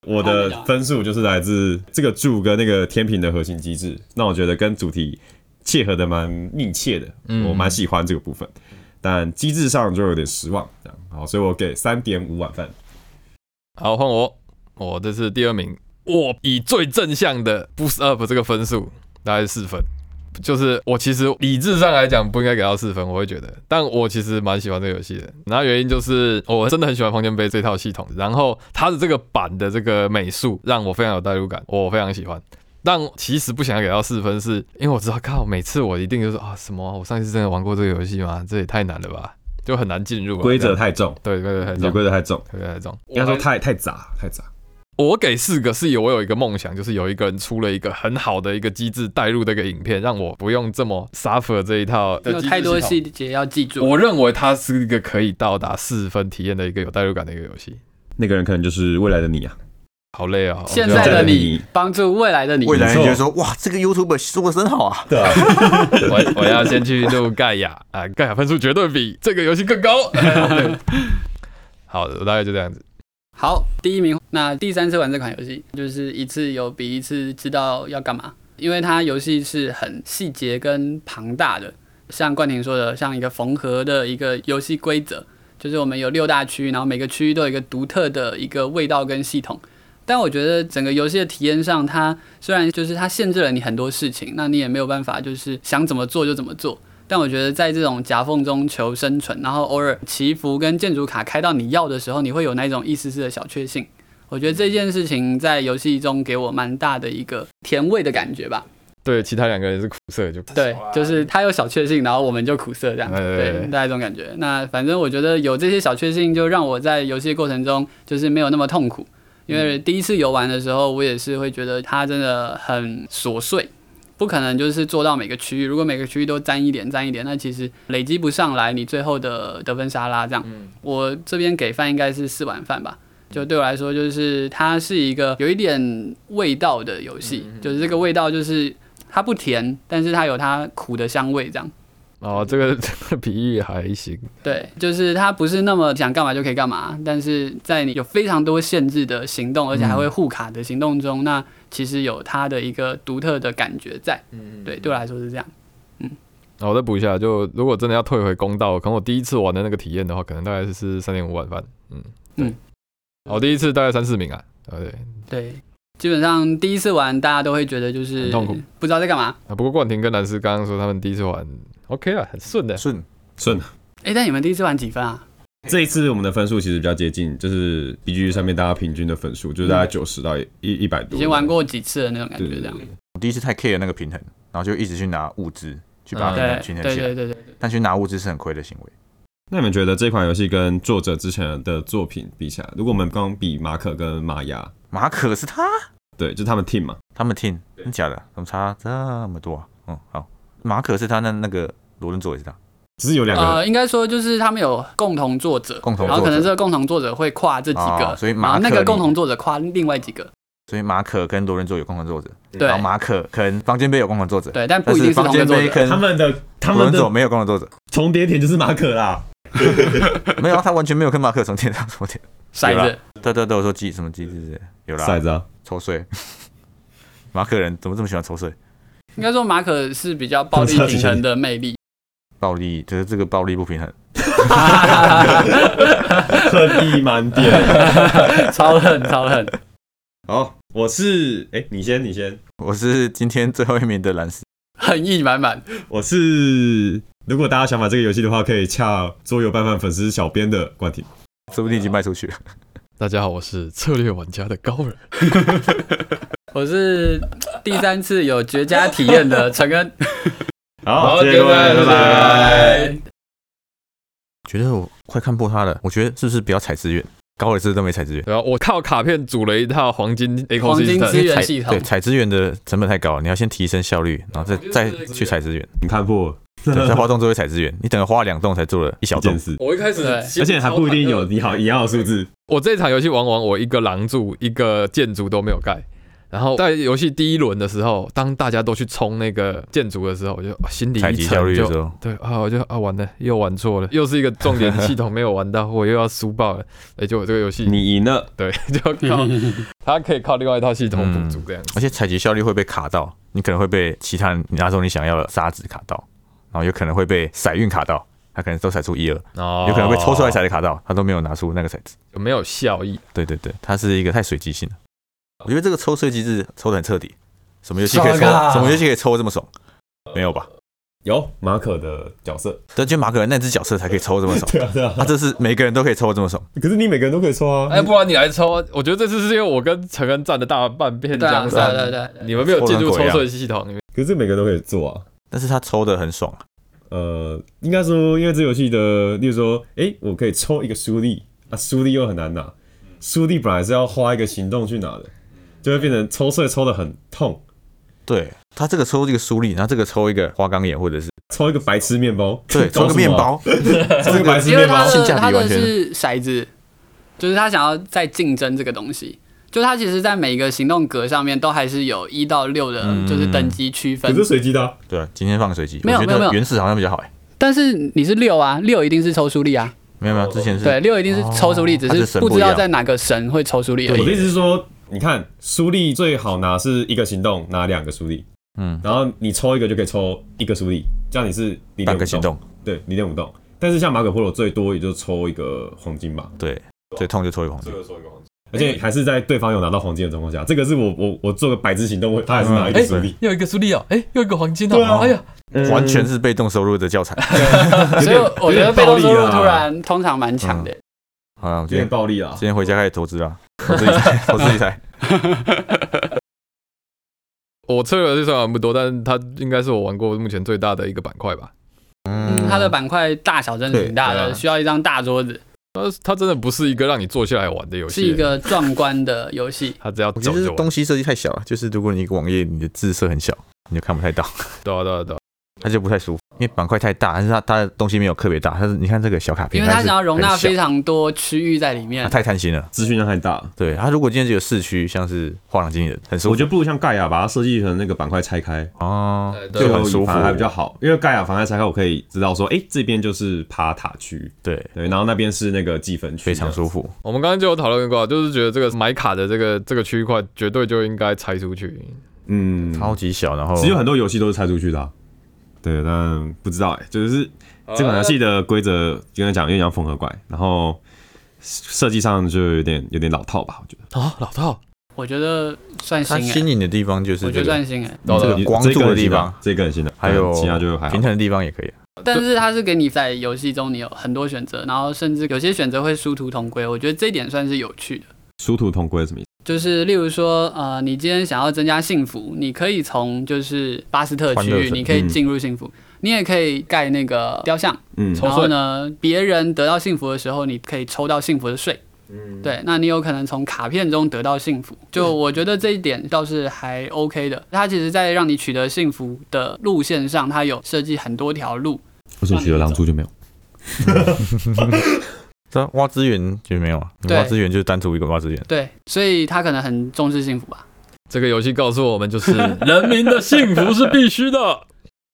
[SPEAKER 1] 我的分数就是来自这个柱跟那个天平的核心机制，那我觉得跟主题切合的蛮密切的，
[SPEAKER 2] 嗯
[SPEAKER 1] 我蛮喜欢这个部分，但机制上就有点失望，这样好，所以我给三点五碗饭。
[SPEAKER 2] 好，换我，我这次第二名，我以最正向的 boost up 这个分数大概是四分，就是我其实理智上来讲不应该给到四分，我会觉得，但我其实蛮喜欢这个游戏的。然后原因就是哦我真的很喜欢房间杯这套系统，然后它的这个版的这个美术让我非常有代入感，我非常喜欢。但其实不想要给到四分是，因为我知道，靠，每次我一定就是啊什么啊，我上一次真的玩过这个游戏吗？这也太难了吧，就很难进入啊
[SPEAKER 1] 规则
[SPEAKER 2] 这样
[SPEAKER 1] 太重，
[SPEAKER 2] 对规则太
[SPEAKER 1] 你的
[SPEAKER 2] 重，
[SPEAKER 1] 规则太重，
[SPEAKER 2] 规则太重，
[SPEAKER 1] 应该说太太杂太杂。
[SPEAKER 2] 我给四个是有我有一个梦想，就是有一个人出了一个很好的一个机制带入的一个影片，让我不用这么 suffer 这一套的
[SPEAKER 4] 有
[SPEAKER 2] 机制
[SPEAKER 4] 太多
[SPEAKER 2] 系
[SPEAKER 4] 细节要记
[SPEAKER 2] 统。
[SPEAKER 4] 住。
[SPEAKER 2] 我认为它是一个可以到达四分体验的一个有代入感的一个游戏。
[SPEAKER 1] 那个人可能就是未来的你啊，
[SPEAKER 2] 好累啊！
[SPEAKER 4] 哦现
[SPEAKER 2] 我觉
[SPEAKER 4] 在
[SPEAKER 2] 得
[SPEAKER 4] 的
[SPEAKER 1] 你
[SPEAKER 4] 你帮助未来的你，
[SPEAKER 3] 未来人
[SPEAKER 1] 没错
[SPEAKER 3] 觉得说，哇，这个 YouTube 做的真好啊。
[SPEAKER 1] 对啊，
[SPEAKER 2] 我我要先去录盖亚啊，盖亚分数绝对比这个游戏更 高。对好，我大概就这样子。
[SPEAKER 4] 好，第一名。那第三次玩这款游戏，就是一次有比一次知道要干嘛，因为它游戏是很细节跟庞大的，像冠廷说的，像一个缝合的一个游戏规则，就是我们有六大区，然后每个区域都有一个独特的一个味道跟系统。但我觉得整个游戏的体验上，它虽然就是它限制了你很多事情，那你也没有办法就是想怎么做就怎么做。但我觉得在这种夹缝中求生存，然后偶尔祈福跟建筑卡开到你要的时候，你会有那种一丝丝的小确幸。我觉得这件事情在游戏中给我蛮大的一个甜味的感觉吧。
[SPEAKER 2] 对，其他两个人是苦涩，就
[SPEAKER 4] 对，就是他有小确幸，然后我们就苦涩这样子，
[SPEAKER 2] 哎哎哎
[SPEAKER 4] 对，大概这种感觉。那反正我觉得有这些小确幸，就让我在游戏过程中就是没有那么痛苦。因为第一次游玩的时候，我也是会觉得它真的很琐碎，不可能就是做到每个区域。如果每个区域都沾一点沾一点，那其实累积不上来你最后的得分沙拉这样。
[SPEAKER 2] 嗯
[SPEAKER 4] 我这边给饭应该是四碗饭吧。就对我来说，就是它是一个有一点味道的游戏，
[SPEAKER 2] 嗯
[SPEAKER 4] 就是这个味道就是它不甜，但是它有它苦的香味，这样。
[SPEAKER 2] 哦，这个 这个比喻还行。
[SPEAKER 4] 对，就是它不是那么想干嘛就可以干嘛，但是在你有非常多限制的行动，而且还会互卡的行动中，那其实有它的一个独特的感觉在。对，对我来说是这样。
[SPEAKER 2] 啊，我再补一下，就如果真的要退回公道，可能我第一次玩的那个体验的话，可能大概是三点五碗饭。嗯，对。
[SPEAKER 4] 嗯
[SPEAKER 2] 我第一次大概三四名啊，啊对。
[SPEAKER 4] 对，基本上第一次玩大家都会觉得就是
[SPEAKER 2] 很痛苦
[SPEAKER 4] 不知道在干嘛。
[SPEAKER 2] 啊，不过冠廷跟蓝斯刚刚说他们第一次玩，OK 啊，很顺的。
[SPEAKER 3] 顺，
[SPEAKER 1] 顺，
[SPEAKER 4] 哎，但你们第一次玩几分啊？
[SPEAKER 1] 这一次我们的分数其实比较接近，就是 B G 上面大家平均的分数，就是大概九十到一一百多。
[SPEAKER 4] 已经玩过几次的那种感
[SPEAKER 1] 对，
[SPEAKER 4] 觉，
[SPEAKER 1] 对
[SPEAKER 4] 这
[SPEAKER 1] 对
[SPEAKER 4] 样。
[SPEAKER 3] 我第一次太 care 那个平衡，然后就一直去拿物资去把它平衡
[SPEAKER 4] 对
[SPEAKER 3] 平衡
[SPEAKER 4] 对
[SPEAKER 3] 起来
[SPEAKER 4] 对，对对，
[SPEAKER 3] 但去拿物资是很亏的行为。
[SPEAKER 1] 那你们觉得这款游戏跟作者之前的作品比起来，如果我们刚比马可跟玛雅，
[SPEAKER 3] 马可是他，
[SPEAKER 1] 对，就他们 team 嘛，
[SPEAKER 3] 他们 team 真假的，怎么差这么多啊？嗯，好，马可是他那那个罗伦佐也是他，
[SPEAKER 1] 只是有两个人
[SPEAKER 4] 呃，应该说就是他们有共同作者，
[SPEAKER 3] 共同
[SPEAKER 4] 然后
[SPEAKER 3] 作
[SPEAKER 4] 可能
[SPEAKER 3] 者
[SPEAKER 4] 这个共同作者会跨这几个，
[SPEAKER 3] 哦所以
[SPEAKER 4] 然
[SPEAKER 3] 马
[SPEAKER 4] 后那
[SPEAKER 3] 克
[SPEAKER 4] 个
[SPEAKER 3] 里
[SPEAKER 4] 共同作者跨另外几个，
[SPEAKER 3] 所以马可跟罗伦佐有共同作者，
[SPEAKER 4] 对
[SPEAKER 3] 然后马可跟房间杯有共同作者，
[SPEAKER 4] 对，但
[SPEAKER 3] 但
[SPEAKER 4] 不一定是
[SPEAKER 3] 房
[SPEAKER 4] 同一个
[SPEAKER 3] 间
[SPEAKER 4] 作
[SPEAKER 3] 杯
[SPEAKER 4] 者。
[SPEAKER 3] 跟
[SPEAKER 1] 他
[SPEAKER 3] 罗
[SPEAKER 1] 们的他们
[SPEAKER 3] 伦佐
[SPEAKER 1] 的
[SPEAKER 3] 没有共同作者，
[SPEAKER 1] 重叠点就是马可 啦。
[SPEAKER 3] 没有啊，他完全没有跟马可重叠，他重叠。
[SPEAKER 4] 骰
[SPEAKER 3] 有
[SPEAKER 4] 子
[SPEAKER 3] 啦，对对对，我说机什么机制之类的有啦，
[SPEAKER 1] 骰子啊，
[SPEAKER 3] 抽税， 马可人怎么这么喜欢抽水？
[SPEAKER 4] 应该说马可是比较 暴力平衡的魅 力。
[SPEAKER 3] 暴力就是这个暴力不平衡，
[SPEAKER 1] 恨意满 点。
[SPEAKER 4] 超狠，超狠。
[SPEAKER 1] 好，我是哎、你先，你先，
[SPEAKER 3] 我是今天最后一名的蓝斯。
[SPEAKER 4] 恨意满 满，
[SPEAKER 1] 我是。如果大家想买这个游戏的话，可以洽桌游拌饭粉丝小编的冠廷。
[SPEAKER 3] 说不定已
[SPEAKER 4] 啊
[SPEAKER 3] 经卖出去了。
[SPEAKER 2] 大家好，我是策略玩家的高人。
[SPEAKER 4] 我是第三次有绝佳体验的 陈恩，啊
[SPEAKER 1] 好，
[SPEAKER 2] 好
[SPEAKER 1] 谢谢各位，
[SPEAKER 2] 各
[SPEAKER 1] 拜
[SPEAKER 2] 位
[SPEAKER 1] 拜。
[SPEAKER 3] 觉得我快看破他了，我觉得是不是不要踩资源？高尔斯都没踩资源，
[SPEAKER 2] 对啊，我靠卡片组了一套黄金 A
[SPEAKER 4] 黄金资源
[SPEAKER 3] 踩
[SPEAKER 4] 系统
[SPEAKER 3] 对踩资源的成本太高了，你要先提升效率，然后再再去踩资源。
[SPEAKER 1] 你看破
[SPEAKER 3] 对， 在花洞就会采资源，你等于花两栋才做了一小
[SPEAKER 1] 一件
[SPEAKER 3] 栋，
[SPEAKER 1] 事，
[SPEAKER 2] 我一开始，
[SPEAKER 4] 对
[SPEAKER 1] 而且还不一定有你好一样的数字。
[SPEAKER 2] 我这场游戏玩完，我一个廊柱、一个建筑都没有盖。然后在游戏第一轮的时候，当大家都去冲那个建筑的时候，我就啊心里
[SPEAKER 3] 采
[SPEAKER 2] 一
[SPEAKER 3] 集效
[SPEAKER 2] 沉
[SPEAKER 3] 率的时
[SPEAKER 2] 就。
[SPEAKER 3] 候，
[SPEAKER 2] 对啊，我就啊完了，又玩错了，又是一个重点系 统没有玩到，我又要输爆了。哎，就我这个游戏，
[SPEAKER 1] 你赢了，
[SPEAKER 2] 对， 就 靠它可以靠另外一套系统补足
[SPEAKER 3] 嗯
[SPEAKER 2] 这样子。
[SPEAKER 3] 而且采集效率会被卡到，你可能会被其他人拿走你想要的沙子卡到，然后有可能会被散运卡到，他可能都采出一二，
[SPEAKER 2] 哦
[SPEAKER 3] 有可能被抽出来，彩的卡到，他都没有拿出那个彩子。
[SPEAKER 2] 有没有效益？
[SPEAKER 3] 对对对，它是一个太随机性了。我觉得这个抽税机制抽的很彻底，什么游戏可以抽，
[SPEAKER 4] 爽啊
[SPEAKER 3] 什么游戏可以抽这么爽？没有吧？
[SPEAKER 1] 有马可的角色，
[SPEAKER 3] 但就马可人那只角色才可以抽这么 爽，
[SPEAKER 1] 对啊对啊
[SPEAKER 3] 他、。这是每个人都可以抽这么爽。
[SPEAKER 1] 可是你每个人都可以抽
[SPEAKER 3] 哦
[SPEAKER 1] 啊，
[SPEAKER 2] 哎，不然你来抽啊！我觉得这次是因为我跟陈恩占了大半片
[SPEAKER 4] 对啊，
[SPEAKER 2] 江
[SPEAKER 4] 对啊
[SPEAKER 2] 山，
[SPEAKER 4] 对啊对啊，
[SPEAKER 2] 你们没有进入抽税系统里面。
[SPEAKER 1] 可是每个人都可以做啊。
[SPEAKER 3] 但是他抽的很爽，啊
[SPEAKER 1] 呃，应该说，因为这游戏的，例如说，哎、我可以抽一个书粒啊，书粒又很难拿，书粒本来是要花一个行动去拿的，就会变成抽税抽的很痛，
[SPEAKER 3] 对他这个抽这个苏力，然后这个抽一个花岗岩或者是
[SPEAKER 1] 抽一个白痴面包，
[SPEAKER 3] 对，抽
[SPEAKER 1] 什么
[SPEAKER 3] 个
[SPEAKER 1] 啊
[SPEAKER 3] 面，包，
[SPEAKER 1] 抽一个白痴
[SPEAKER 4] 因为
[SPEAKER 1] 面
[SPEAKER 4] 他
[SPEAKER 1] 包，
[SPEAKER 3] 性
[SPEAKER 4] 的
[SPEAKER 3] 价比
[SPEAKER 4] 他的
[SPEAKER 3] 完全
[SPEAKER 4] 是骰子，就是他想要再竞争这个东西。就他其实，在每一个行动格上面都还是有一到六的，
[SPEAKER 3] 嗯
[SPEAKER 4] 就是等级区
[SPEAKER 1] 可
[SPEAKER 4] 分。
[SPEAKER 1] 是随机的啊、
[SPEAKER 3] 对啊，今天放随机，
[SPEAKER 4] 没有
[SPEAKER 3] 我觉
[SPEAKER 4] 没有没
[SPEAKER 3] 得
[SPEAKER 4] 有
[SPEAKER 3] 原始好像比较好哎，
[SPEAKER 4] 但是你是六啊，六一定是抽出力啊。
[SPEAKER 3] 没有没有，之前是
[SPEAKER 4] 对，六一定是抽出力，只
[SPEAKER 3] 它的
[SPEAKER 4] 是
[SPEAKER 3] 神
[SPEAKER 4] 不
[SPEAKER 3] 不
[SPEAKER 4] 知
[SPEAKER 3] 一
[SPEAKER 4] 道
[SPEAKER 3] 样
[SPEAKER 4] 在哪个神会抽出力而
[SPEAKER 1] 我
[SPEAKER 4] 已。
[SPEAKER 1] 的意思是说，你看书粒最好拿是一个行动拿两个书粒，
[SPEAKER 3] 嗯，
[SPEAKER 1] 然后你抽一个就可以抽一个书粒，这样你是零
[SPEAKER 3] 半
[SPEAKER 1] 点
[SPEAKER 3] 个
[SPEAKER 1] 五
[SPEAKER 3] 行
[SPEAKER 1] 动，
[SPEAKER 3] 动，
[SPEAKER 1] 对，零点五动。但是像马可波罗最多也就抽一个黄金吧，
[SPEAKER 3] 对，最痛就抽一个黄金，
[SPEAKER 1] 抽一个黄金。而且还是在对方有拿到黄金的状况下，这个是我我我做个白痴行动，我哎他还是拿一个书粒，
[SPEAKER 2] 又一个苏利哦，哎，又一个黄金哦
[SPEAKER 1] 对啊
[SPEAKER 2] 哎呀，
[SPEAKER 3] 完全是被动收入的教材
[SPEAKER 4] 嗯所以我我觉得被动收
[SPEAKER 1] 有
[SPEAKER 4] 入
[SPEAKER 1] 点暴力啊
[SPEAKER 4] 突然通常蛮强的。
[SPEAKER 3] 啊，我
[SPEAKER 1] 有
[SPEAKER 3] 今
[SPEAKER 1] 点
[SPEAKER 3] 天
[SPEAKER 1] 暴力啊
[SPEAKER 3] 今。天回家开始投资啊，投资理财，投资理财，
[SPEAKER 2] 我策略是虽然玩不多，但它应该是我玩过目前最大的一个板块吧。
[SPEAKER 4] 嗯，它的板块大小真的挺大
[SPEAKER 2] 对
[SPEAKER 4] 的，
[SPEAKER 2] 啊
[SPEAKER 4] 需要一张大桌子，
[SPEAKER 2] 它它真的不是一个让你坐下来玩的游
[SPEAKER 4] 是
[SPEAKER 2] 戏，。
[SPEAKER 4] 一个壮观的游戏
[SPEAKER 2] 它只要
[SPEAKER 3] 我
[SPEAKER 2] 走
[SPEAKER 3] 觉得是
[SPEAKER 2] 就完
[SPEAKER 3] 嗯东。西设计太小了，就是如果你一个网页你的字设很小，你就看不太到，
[SPEAKER 2] 对啊对啊对啊，
[SPEAKER 3] 它就不太舒服，因为板块太大，但是它它的东西没有特别大，它是你看这个小卡片，
[SPEAKER 4] 因为它
[SPEAKER 3] 是
[SPEAKER 4] 想要容纳
[SPEAKER 3] 很小嗯
[SPEAKER 4] 非常多区域在里
[SPEAKER 3] 它
[SPEAKER 4] 面，
[SPEAKER 3] 太贪心了。
[SPEAKER 1] 资讯量太大了，
[SPEAKER 3] 对，它如果今天只有市区，像是画廊经理人，很舒服。
[SPEAKER 1] 我觉得不如像盖亚把它设计成那个板块拆开，
[SPEAKER 3] 哦
[SPEAKER 2] 呃，对
[SPEAKER 3] 就很舒服
[SPEAKER 1] 反而，还比较好。因为盖亚板块拆开，我可以知道说，哎，这边就是爬塔区，
[SPEAKER 3] 对，
[SPEAKER 1] 对，然后那边是那个计分区，啊
[SPEAKER 3] 非常舒服。
[SPEAKER 2] 我们刚刚就有讨论过，啊就是觉得这个买卡的这个这个区块绝对就应该拆出去。
[SPEAKER 1] 嗯，
[SPEAKER 3] 超级小，然后
[SPEAKER 1] 其实有很多游戏都是拆出去的啊、对，但不知道哎、就是这款游戏的规则，刚才讲有点像缝合怪，然后设计上就有点有点老套吧，我觉得。
[SPEAKER 2] 啊，老套，
[SPEAKER 4] 我觉得算新
[SPEAKER 3] 它
[SPEAKER 4] 哎、
[SPEAKER 3] 新颖的地方就是
[SPEAKER 4] 我觉
[SPEAKER 3] 这
[SPEAKER 4] 得
[SPEAKER 3] 个
[SPEAKER 4] 算新哎、
[SPEAKER 2] 懂
[SPEAKER 3] 这
[SPEAKER 2] 了
[SPEAKER 3] 个光
[SPEAKER 1] 这
[SPEAKER 3] 柱
[SPEAKER 1] 个
[SPEAKER 3] 的
[SPEAKER 1] 很
[SPEAKER 3] 地
[SPEAKER 1] 新
[SPEAKER 3] 方
[SPEAKER 1] 啊，，这个很新的，
[SPEAKER 3] 还有
[SPEAKER 1] 对其他就还好
[SPEAKER 3] 平。衡的地方也可以。啊
[SPEAKER 4] 但是它是给你在游戏中你有很多选择，然后甚至有些选择会殊途同归，我觉得这一点算是有趣的。
[SPEAKER 1] 殊途同归是什么意思？
[SPEAKER 4] 就是例如说，呃，你今天想要增加幸福，你可以从就是巴斯特区
[SPEAKER 3] 欢乐
[SPEAKER 4] 域，
[SPEAKER 3] 城
[SPEAKER 4] 你可以
[SPEAKER 1] 嗯
[SPEAKER 4] 进入幸福，你也可以盖那个雕像，
[SPEAKER 1] 嗯，
[SPEAKER 2] 抽
[SPEAKER 4] 然
[SPEAKER 2] 税
[SPEAKER 4] 后呢，别人得到幸福的时候，你可以抽到幸福的税。嗯，对，那你有可能从卡片中得到幸福，就我觉得这一点倒是还 OK 的。它其实，在让你取得幸福的路线上，它有设计很多条路。
[SPEAKER 1] 我只取得狼蛛就没有。
[SPEAKER 3] 这啊挖资源就没有啊，你
[SPEAKER 4] 对
[SPEAKER 3] 挖资源就是单独一个挖资源，
[SPEAKER 4] 对，所以它可能很重视幸福吧。
[SPEAKER 2] 这个游戏告诉我们，就是 人民的幸福是必须 的。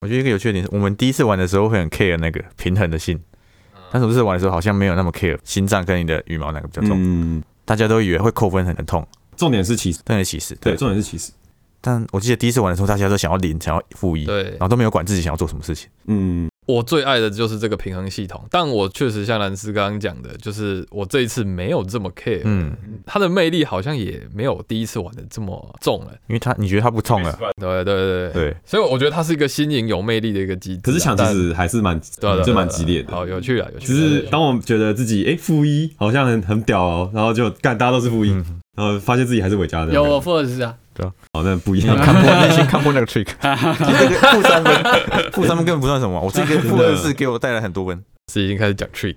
[SPEAKER 3] 我觉得一个有趣的点是，我们第一次玩的时候会很 care 那个平衡的性，但是我这次玩的时候好像没有那么 care 心脏跟你的羽毛哪个比较重，
[SPEAKER 1] 嗯，
[SPEAKER 3] 大家都以为会扣分很很痛，
[SPEAKER 1] 重点是歧视，
[SPEAKER 3] 但是其实
[SPEAKER 1] 对，重点是歧视。
[SPEAKER 3] 但我记得第一次玩的时候，大家都想要零，想要负一，
[SPEAKER 2] 对
[SPEAKER 3] 然后都没有管自己想要做什么事情。
[SPEAKER 1] 嗯，
[SPEAKER 2] 我最爱的就是这个平衡系统，但我确实像兰斯刚刚讲的，就是我这一次没有这么 care，、
[SPEAKER 3] 嗯，
[SPEAKER 2] 它的魅力好像也没有第一次玩的这么重了。
[SPEAKER 3] 因为他你觉得他不痛了，
[SPEAKER 2] 对对对对，
[SPEAKER 3] 对，
[SPEAKER 2] 所以我觉得它是一个新颖有魅力的一个机制啊、
[SPEAKER 1] 可是抢其
[SPEAKER 2] 但
[SPEAKER 1] 实还是蛮
[SPEAKER 2] 对啊对啊
[SPEAKER 1] 就蛮
[SPEAKER 2] 对啊
[SPEAKER 1] 激烈的。
[SPEAKER 2] 好有趣啊，有趣啊。
[SPEAKER 1] 只是当我们觉得自己哎负一好像很很屌哦，然后就干大家都是负一，然后发现自己还是伟嘉的。
[SPEAKER 4] 有我负二十啊，
[SPEAKER 1] 好那不一样
[SPEAKER 3] 你。看过内心看过那个 trick，这个 负三分，负三分根本不算什么，我这个负二四给我带来很多分。
[SPEAKER 2] 是已经开始讲 trick，